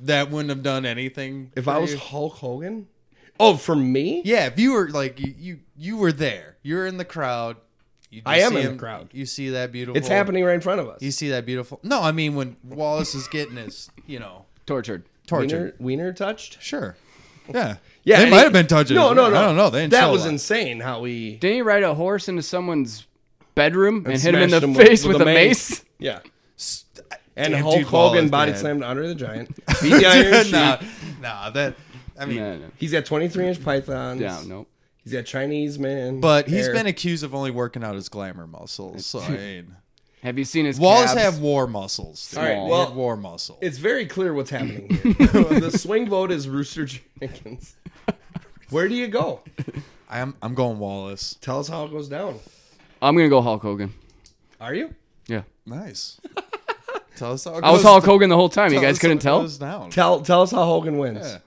that wouldn't have done anything.
If
for
I was
you.
Hulk Hogan, oh, for me,
yeah, if you were like you, you, you were there. You're in the crowd. You
I am
see
in the
him-
crowd.
You see that beautiful.
it's happening right in front of us.
You see that beautiful. No, I mean when Wallace is getting his, you know,
Tortured.
torture.
Wiener, wiener touched.
Sure. Yeah.
Yeah,
They
and
might
he-
have been touching.
No,
his-
no, no.
I don't know. They didn't
that
show
was
that.
insane. How he
Didn't he ride a horse into someone's bedroom and, hit him in
smashed
the face with, a mace?
Yeah.
St-
And
Damn,
Hulk
dude, Wallace,
Hogan body
man.
slammed under the giant. Beat the Iron Sheik.
nah, nah, that. I mean,
No, no,
He's got 23 inch pythons.
yeah, no.
He's got Chinese man.
but
he's
he's been accused of only working out his glamour muscles. So I mean,
Have you seen his
Wallace
calves?
have war muscles. dude.
All right,
He
well-
had war muscles.
It's very clear what's happening here. the swing vote is Rooster Jenkins. Where do you go?
I'm I'm going Wallace.
Tell us how it goes down.
I'm gonna go Hulk Hogan.
Are you?
Yeah,
Nice. Tell us how it
I was
goes-
Hulk Hogan the whole time. You
tell
guys
us
couldn't
how it
tell.
goes down.
Tell tell us how Hogan wins.
Yeah.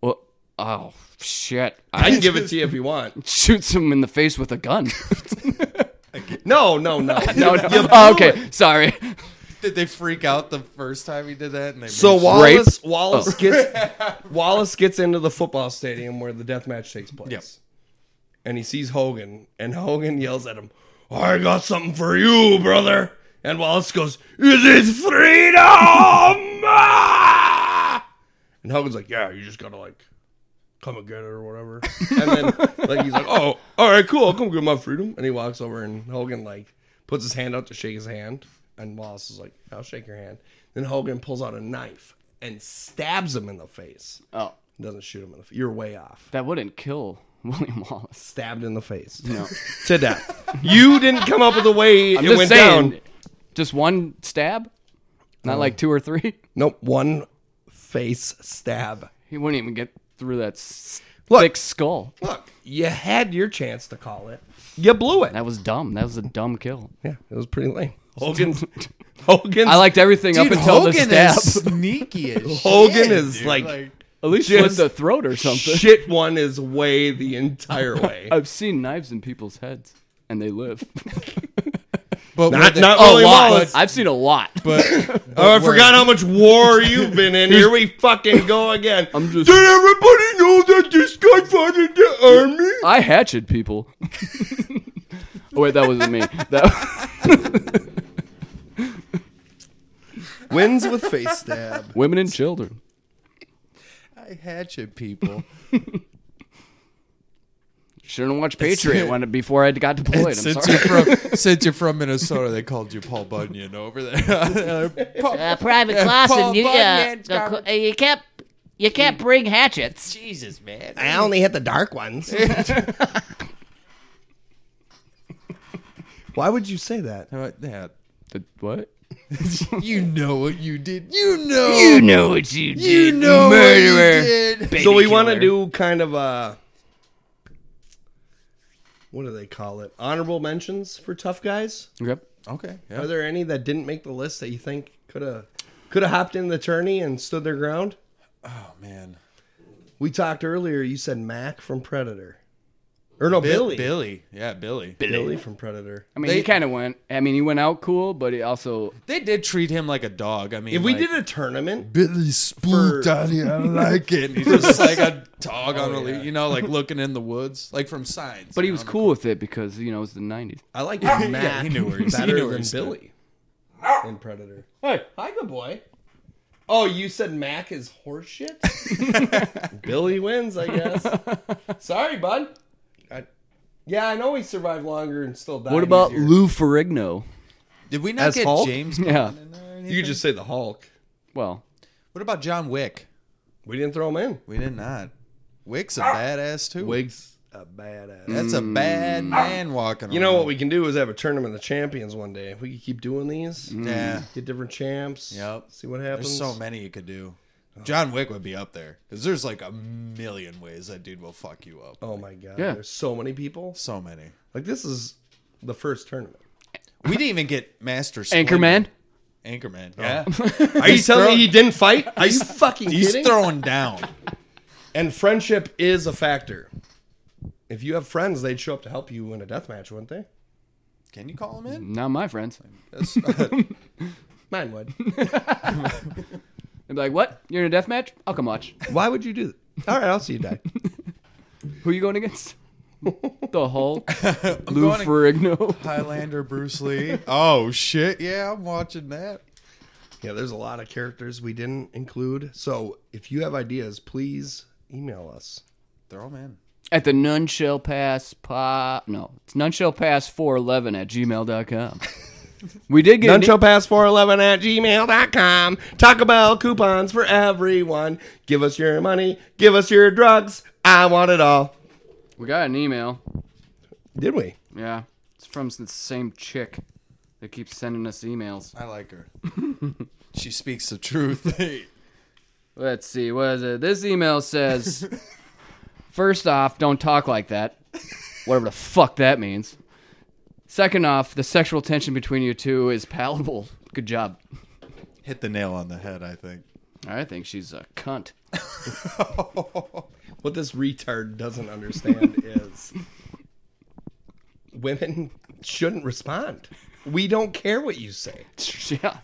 Well, oh shit!
I
I
can give it to you if you want.
shoots him in the face with a gun.
No, no, no.
no, no. Oh, okay, sorry.
Did they freak out the first time he did that? And they
So
made-
Wallace Wallace gets Wallace gets into the football stadium where the death match takes place.
Yep.
And he sees Hogan, and Hogan yells at him, "I got something for you, brother." And Wallace goes, "Is it freedom?" Ah! and Hogan's like, "Yeah, you just gotta like come and get it or whatever." And then like he's like, "Oh, all right, cool. I'll come get my freedom." And he walks over, and Hogan like puts his hand out to shake his hand, and Wallace is like, "I'll shake your hand." Then Hogan pulls out a knife and stabs him in the face.
Oh,
Doesn't shoot him in the face. You're way off.
that wouldn't kill William Wallace.
Stabbed in the face. No. to death. You didn't come up with a way
I'm
it
just
went
saying,
down.
just one stab, not like two or three.
Nope. One face stab.
He wouldn't even get through that s-
Look.
thick skull.
Look, you had your chance to call it. You blew it.
That was dumb. That was a dumb kill.
Yeah, it was pretty lame. Hogan. Hogan.
I liked everything up
Dude,
until
Hogan
the stab.
is sneaky as shit,
Hogan is
dude.
like,
At least
just-
slit the throat or something.
shit. One is way the entire way.
I've seen knives in people's heads, and they live.
but were
not
they-
not
a
Willie
lot.
Wallace.
I've seen a lot.
but
Oh, I forgot how much war you've been in. Here we fucking go again.
I'm just-
Did everybody know that this guy fought in the army?
I hatchet people. oh wait, that wasn't me. That
Wins with face stab.
women and children.
I hatchet people.
Shouldn't watch Patriot when before I got deployed. I'm
since
sorry.
you're from since you're from Minnesota, they called you Paul Bunyan over there.
Uh, Private
Paul
Clausen, you, uh,
Bunyan's
uh, qu- uh, you can't you can't bring hatchets.
Jesus, man.
I only hit the dark ones. Why would you say that?
yeah,
The- what?
you know what you did. You know.
You know what you did.
you know
murderer.
what you did.
so we want to do kind of a what do they call it? Honorable mentions for tough guys.
Okay.
Okay.
Are
Yeah.
there any that didn't make the list that you think could have could have hopped in the tourney and stood their ground?
Oh man.
We talked earlier. You said Mac from Predator, or no
Bill-
Billy.
Oh, Billy. Yeah, Billy.
Billy from Predator.
I mean, he
They-
kind of went. I mean, he went out cool, but he also
They did treat him like a dog. I mean,
If we
like,
did a tournament,
Billy spooked out here. I like it. And he's just like a dog on a
yeah.
leash, you know, like looking in the woods, like from signs.
But he
you know,
was
on a
cool with it because you know it was the '90s.
I like Mac
he knew where he stood.
better
He knew where
than
he stood.
Billy in Predator. Hey, hi, good boy. Oh, you said Mac is horseshit. Billy wins, I guess. Sorry, bud. I, yeah, I know he survived longer and still died.
What about
easier.
Lou Ferrigno?
Did we not
As
get
Hulk?
James?
Yeah.
Bond in there or
You
anything?
just say the Hulk.
Well,
What about John Wick?
We didn't throw him in.
We did not. Wick's a badass too.
Wig's a badass.
That's a bad man walking.
You know what
around.
we can do is have a tournament of the champions one day. We could keep doing these.
Yeah.
Get different champs.
Mm-hmm. Yep.
See what happens. Oh.
There's so many you could do. John Wick would be up there because there's like a million ways that dude will fuck you up.
Oh my god.
Yeah.
There's so many people.
So many.
Like this is the first tournament.
We didn't even get Master
Anchorman.
Splinger. Anchorman. Yeah.
Oh. Are you telling
throwing-
me he didn't fight? Are you fucking
He's
kidding?
throwing down.
and friendship is a factor. If you have friends, they'd show up to help you in a death match, wouldn't they?
Can you call him in?
Not my friends.
That's not-
Mine would.
They'd be like, "What? You're in a death match? I'll come watch.
Why would you do that? All right, I'll see you die.
Who you going against? the Hulk,
I'm
Lou
going to
Ferrigno.
Highlander Bruce Lee. Oh shit! Yeah, I'm watching that.
yeah, there's a lot of characters we didn't include. So if you have ideas, please email us.
Throw him in.
at the none shall pass pop no it's none shall pass 411 at gmail.com we did get an- e-
Nunchopass411 at gmail.com. Taco Bell coupons for everyone. Give us your money. Give us your drugs. I want it all.
we got an email
Did we?
yeah it's from the same chick that keeps sending us emails
I like her. she speaks the truth.
let's see what is it this email says first off don't talk like that whatever the fuck that means second off the sexual tension between you two is palatable good job
Hit the nail on the head. I think.
i think she's a cunt
What this retard doesn't understand is women shouldn't respond. We don't care what you say.
yeah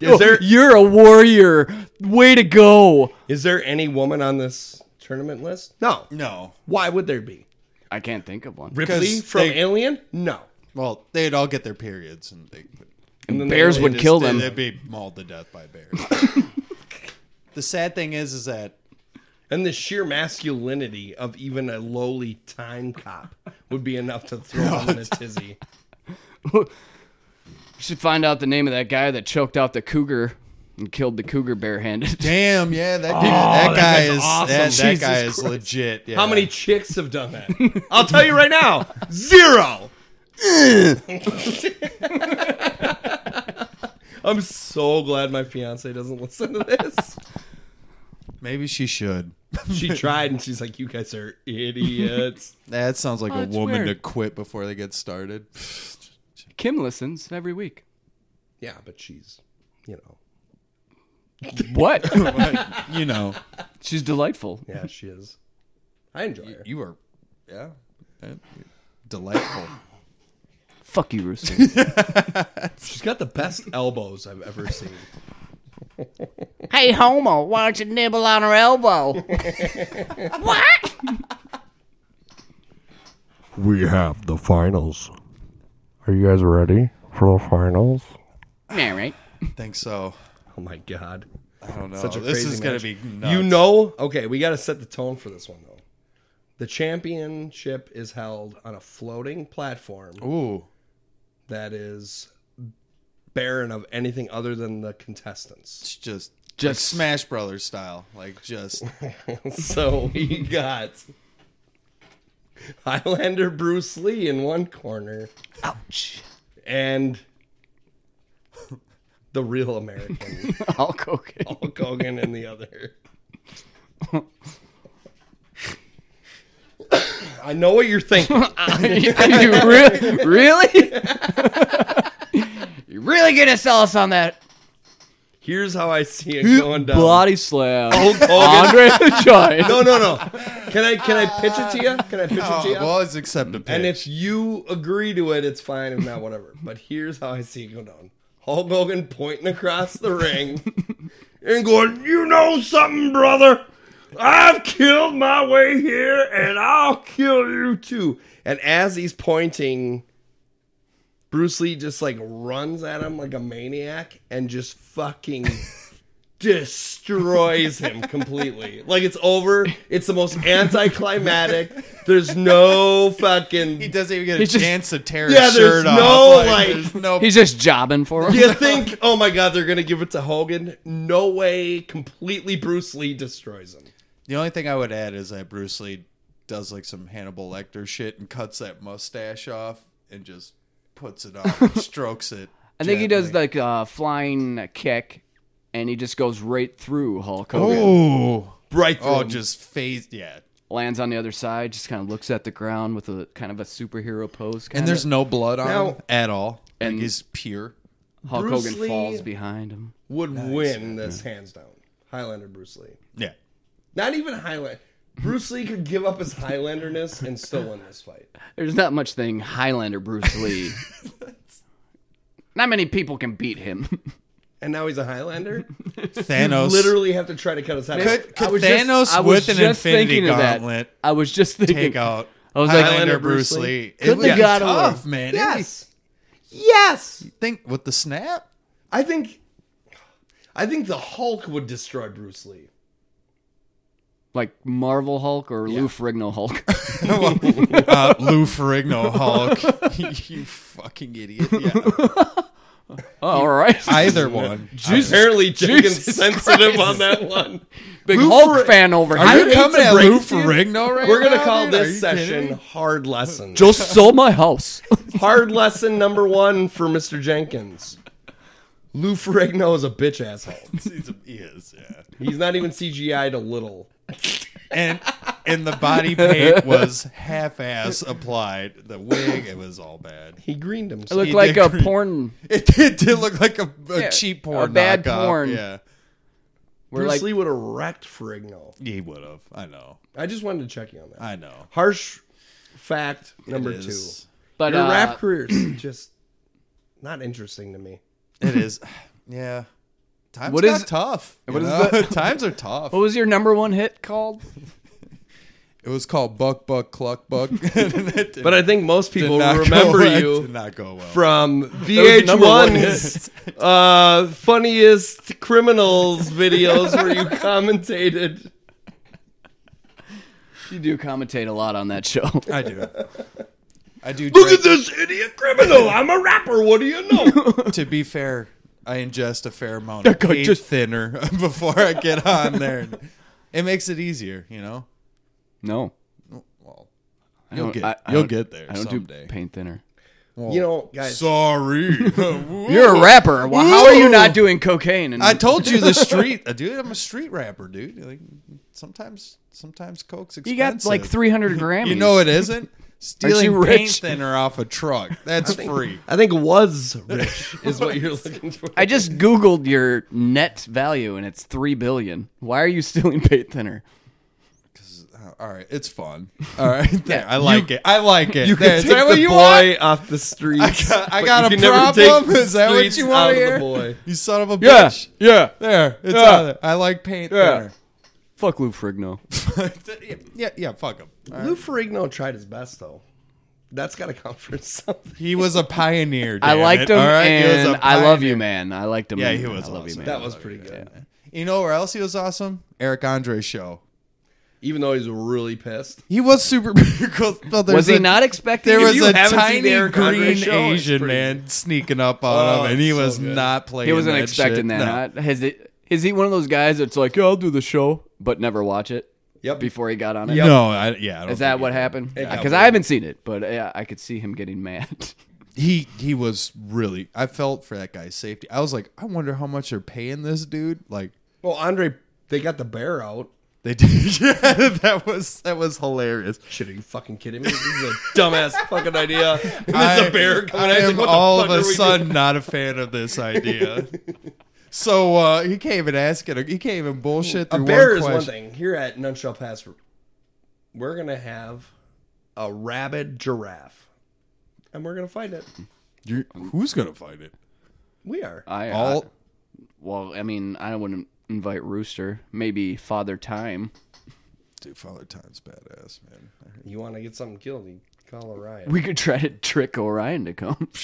Is there
You're a warrior. Way to go.
is there any woman on this tournament list? No.
No.
Why would there be?
I can't think of one.
Ripley
Because
from
they-
Alien? No.
Well, they'd all get their periods and they
And then
Bears
they-
would
just-
kill
they-
them.
They'd be mauled to death by bears. the sad thing is, is that
And the sheer masculinity of even a lowly time cop would be enough to throw him in a tizzy.
We should find out the name of that guy that choked out the cougar and killed the cougar barehanded.
damn, yeah, that dude, that, guy is
Oh, awesome.
that, that
Jesus
guy is legit. yeah.
How many chicks have done that? I'll tell you right now, zero. I'm so glad my fiance doesn't listen to this.
Maybe she should.
She tried and she's like, "You guys are idiots."
That sounds
Oh,
like a
it's
woman to
weird.
quit before they get started.
Kim listens every week.
yeah, but she's, you know,
What?
you know,
She's delightful.
yeah, she is. I enjoy her.
you are, yeah, eh, delightful.
Fuck you, Rooster.
She's got the best elbows I've ever seen.
Hey, Homo, why don't you nibble on her elbow? what?
We have the finals. Are you guys ready for the finals?
All right.
think so.
Oh my god.
I don't know.
Such a
this
crazy
is gonna
match.
be nuts.
You know, okay, we got to set the tone for this one though. The championship is held on a floating platform
Ooh,
that is barren of anything other than the contestants.
it's just just
Just-
Smash Brothers style, like just
so we got Highlander Bruce Lee in one corner.
Ouch.
and the real American
I'll go get it.
Hulk Hogan in the other. I know what you're thinking.
you re- really? you really gonna sell us on that
Here's how I see it going down.
body slam?
Hulk Hogan.
Andre the Giant.
No, no, no. Can I can I pitch it to you? Can I pitch it
oh,
to you?
well, it's accept a pitch.
and if you agree to it, it's fine. If not, whatever. But here's how I see it going down. Hulk Hogan pointing across the ring and going,
You know something, brother? I've killed my way here and I'll kill you
too. And as he's pointing, Bruce Lee just like runs at him like a maniac and just fucking destroys him completely. Like it's over. It's the most anticlimactic. There's no fucking.
He doesn't even get a
He's just-
chance to tear
Yeah,
his shirt
there's no,
off.
like-
there's no.
He's just jobbing for him.
You think? Oh my god, they're gonna give it to Hogan? No way! Completely, Bruce Lee destroys him.
the only thing I would add is that Bruce Lee does like some Hannibal Lecter shit and cuts that mustache off and just puts it on, and strokes it.
I think he does
gently.
like a flying kick, and he just goes right through Hulk Hogan.
Ooh.
Right through.
Oh,
him.
just phased. Yeah.
Lands on the other side, just kind of looks at the ground with a kind of a superhero pose. Kinda.
And there's no blood on
Now-
him at all. And
And-
he's pure.
Hulk
Bruce
Hogan
Lee-
falls behind him.
would win this hands down. Highlander Bruce Lee.
Yeah.
Not even Highlander. Bruce Lee could give up his Highlanderness and still win this fight.
There's not much thing Highlander Bruce Lee. not many people can beat him.
And now he's a Highlander.
Thanos.
Literally have to try to cut his head off.
Could,
I
could
was just-
Thanos
I was
with an
just
infinity
thinking of that.
gauntlet
I was just thinking.
take out
I was like,
Highlander Bruce Lee? It
Couldn't
was
have got away.
tough, man. Yes.
Yes, yes.
Think with the snap?
I think, I think the Hulk would destroy Bruce Lee.
like Marvel Hulk or Lou Ferrigno Hulk.
uh, Lou Ferrigno Hulk. you fucking idiot. Yeah.
Oh, all right.
Either one.
Apparently, Jenkins
Jesus
sensitive
Christ.
on that one.
Big Hulk fan over
Are
here.
you coming
to
at
break
Lou
it to you.
Ferrigno right
We're gonna
now,
call
dude? Are you
this
kidding
session
me?
hard lesson.
Just sold my house.
Hard lesson number one for Mr. Jenkins. Lou Ferrigno is a bitch asshole.
He's a- he is, yeah.
He's not even CGI'd a little.
And and the body paint was half ass applied. The wig, it was all bad.
He greened himself.
Looked
He
like a
did creep.
porn.
It did, did look like a, a
Yeah,
cheap
a
porn.
bad
knockoff.
porn.
Yeah.
We're
Bruce
like,
Lee would have wrecked Ferrigno.
He would have. I know.
I just wanted to check you on that.
I know.
Harsh fact number
It
two.
is-
but
Your
uh,
rap career's just not interesting to me.
It is. Yeah. Times
What
got
is-
tough.
what
What
is
is
that?
Times are tough.
what was your number one hit called?
It was called Buck Buck Cluck Buck.
But I think most people
go,
remember
well. It
you
Did not go well.
from
was number one.
VH1's uh, funniest criminals videos where you commentated.
You do commentate a lot on that show.
I do. I do.
Look
drink-
at this idiot criminal! I'm a rapper. What do you know?
To be fair, I ingest a fair amount of
guy
page
just-
thinner before I get on there. It makes it easier, you know.
No,
Well,
I
you'll
don't-
get
I- I
you'll
don't-
get there
I don't
someday.
do paint thinner.
Well,
you know, guys.
sorry.
You're a rapper. Well, how are you
Ooh.
not doing cocaine? And
I told you the street, uh, dude. I'm a street rapper, dude. Like sometimes, sometimes coke's expensive.
you got like 300 Grammys.
You know it isn't. Stealing
you
paint
rich?
thinner off a truck. That's free.
I think was rich is what you're looking for.
I just googled your net value and it's three billion. Why are you stealing paint thinner?
All right, it's fun. All right, there, I like it. I like it.
You
There,
can
is
take
that what
the
you
boy
want?
off the
I
streets.
got- I
but
got
you
a
can never take
problem.
the
Is that what
streets
you wanna
out of the
hear?
boy.
You son of a
Yeah,
bitch.
yeah.
There, it's
Yeah.
on there. I like paint
Fuck Lou Frigno.
thinner. yeah, yeah, yeah, fuck him.
Lou Ferrigno tried his best though. That's got to count for something.
He was a pioneer.
I
damn
liked
it,
him,
all right? He was a
and I love you,
pioneer.
man. I liked him.
Yeah,
and
he was
I love you,
awesome.
man.
That was pretty good.
You know where else he was awesome? Eric Andre's show.
Even though he's really pissed.
He was super cool. Well, there's
Was he
a-
not expecting?
There
you?
was
you
a
haven't seen
tiny
the Eric Andre
green
show, it's
Asian
pretty
man sneaking up on
Oh,
him, and he
it's so
was
good.
not playing.
he wasn't
that
expecting
shit.
that.
No.
huh? Has it? Is he one of those guys that's like, "Yeah, I'll do the show, but never watch it
Yep.
before he got on it?
No, I, yeah. I don't
Is that
think
what
he-
happened?
got
Because
weird.
I haven't seen it, but yeah, I could see him getting mad.
He he was really. I felt for that guy's safety. I was like, I wonder how much they're paying this dude. Like
Well, Andre, they got the bear out.
they did. Yeah, that was that was hilarious.
Shit, are you fucking kidding me? This is a dumbass fucking idea. And there's
I-
a bear
I
coming. out. He's
am
like, what the
all
fuck
of a
are we
sudden
doing?
not a fan of this idea. so uh, he can't even ask it. He can't even bullshit
A
through
bear
one
is
question.
one thing. Here at None Shall Pass, we're gonna have a rabid giraffe, and we're gonna fight it.
You're, who's gonna fight it?
We are.
I
All
well, I mean, I wouldn't invite Rooster. Maybe Father Time.
dude, Father Time's badass, man.
You want to get something killed? You call a riot.
We could try to trick Orion to come.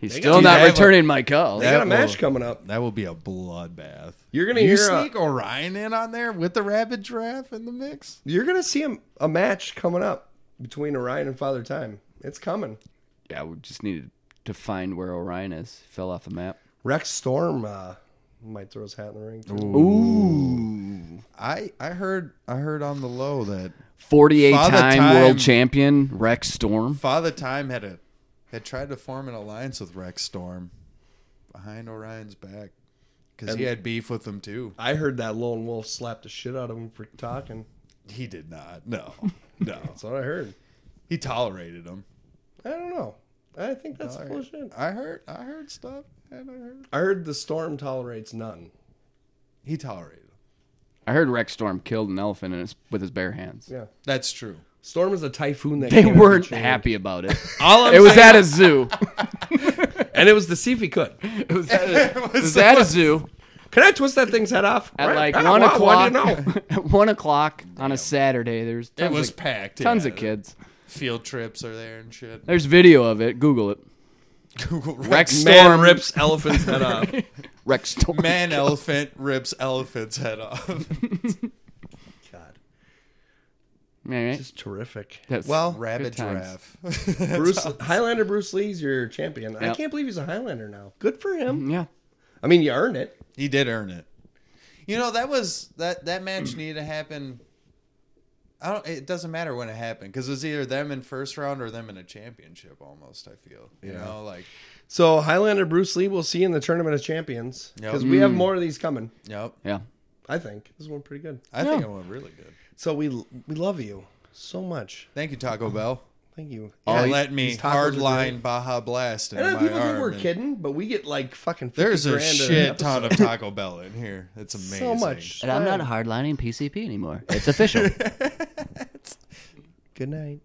He's
They
still
got-
not
Dude, they have a-
returning my call.
They got a
That
match
will-
coming up.
That will be a bloodbath.
You're gonna
you
hear uh, a-
sneak Orion in on there with the rapid draft in the mix.
You're gonna see a, a match coming up between Orion and Father Time. It's coming.
Yeah, we just needed to find where Orion is. Fell off the map.
Rex Storm uh, might throw his hat in the ring. too.
I I heard I heard on the low that
48
Father
time,
Time.
world champion Rex Storm.
Father Time had a had tried to form an alliance with Rex Storm behind Orion's back because he had beef with him too.
I heard that lone wolf slapped the shit out of him for talking.
He did not. No, no.
That's what I heard.
he tolerated him.
I don't know. I think that's full of shit.
I heard I heard stuff and I heard
I heard the storm tolerates none.
he tolerated him.
I heard Rex Storm killed an elephant in his, with his bare hands.
Yeah,
That's true.
storm is a typhoon that
They
can't be
weren't
controlled.
happy about it.
All I'm
it was
saying-
at a zoo.
and it was to see if he could.
It was at a, it was at a zoo
Can I twist that thing's head off?
at like
Ah,
one
wow, why
o'clock.
do you know?
at one o'clock on a Saturday. There's
It
tons
was
of,
packed.
tons
yeah.
of kids.
Field trips are there and shit.
There's video of it. Google it.
Google
Rex
Rex
Storm
Man rips elephant's head off.
Rex Storm.
man elephant rips elephant's head off.
God,
All right.
this is terrific.
That's-
well,
Rabid
Good times.
giraffe.
Bruce Highlander Bruce Lee's your champion. I
Yep. Mm-hmm.
can't believe he's a Highlander now. Good for him.
yeah.
I mean, you earned it.
he did earn it. You know that was that that match needed to happen. I don't. It doesn't matter when it happened because it was either them in first round or them in a championship. Almost, I feel. You know, like
So Highlander Bruce Lee, we'll see you in the Tournament of Champions
Yep.
because we have more of these coming.
yep.
Yeah.
I think this one pretty good.
I think it went really good.
So we we love you so much.
Thank you, Taco Bell.
Thank you.
Oh,
And
let me
these tacos are
hardline
great.
Baja Blast in
I know
my
people
arm.
think we're
and
kidding, but we get like fucking. 50
There's a
grand an
shit
episode.
ton of Taco Bell in here. It's amazing.
So much.
And I'm not hardlining PCP anymore. It's official.
Good night.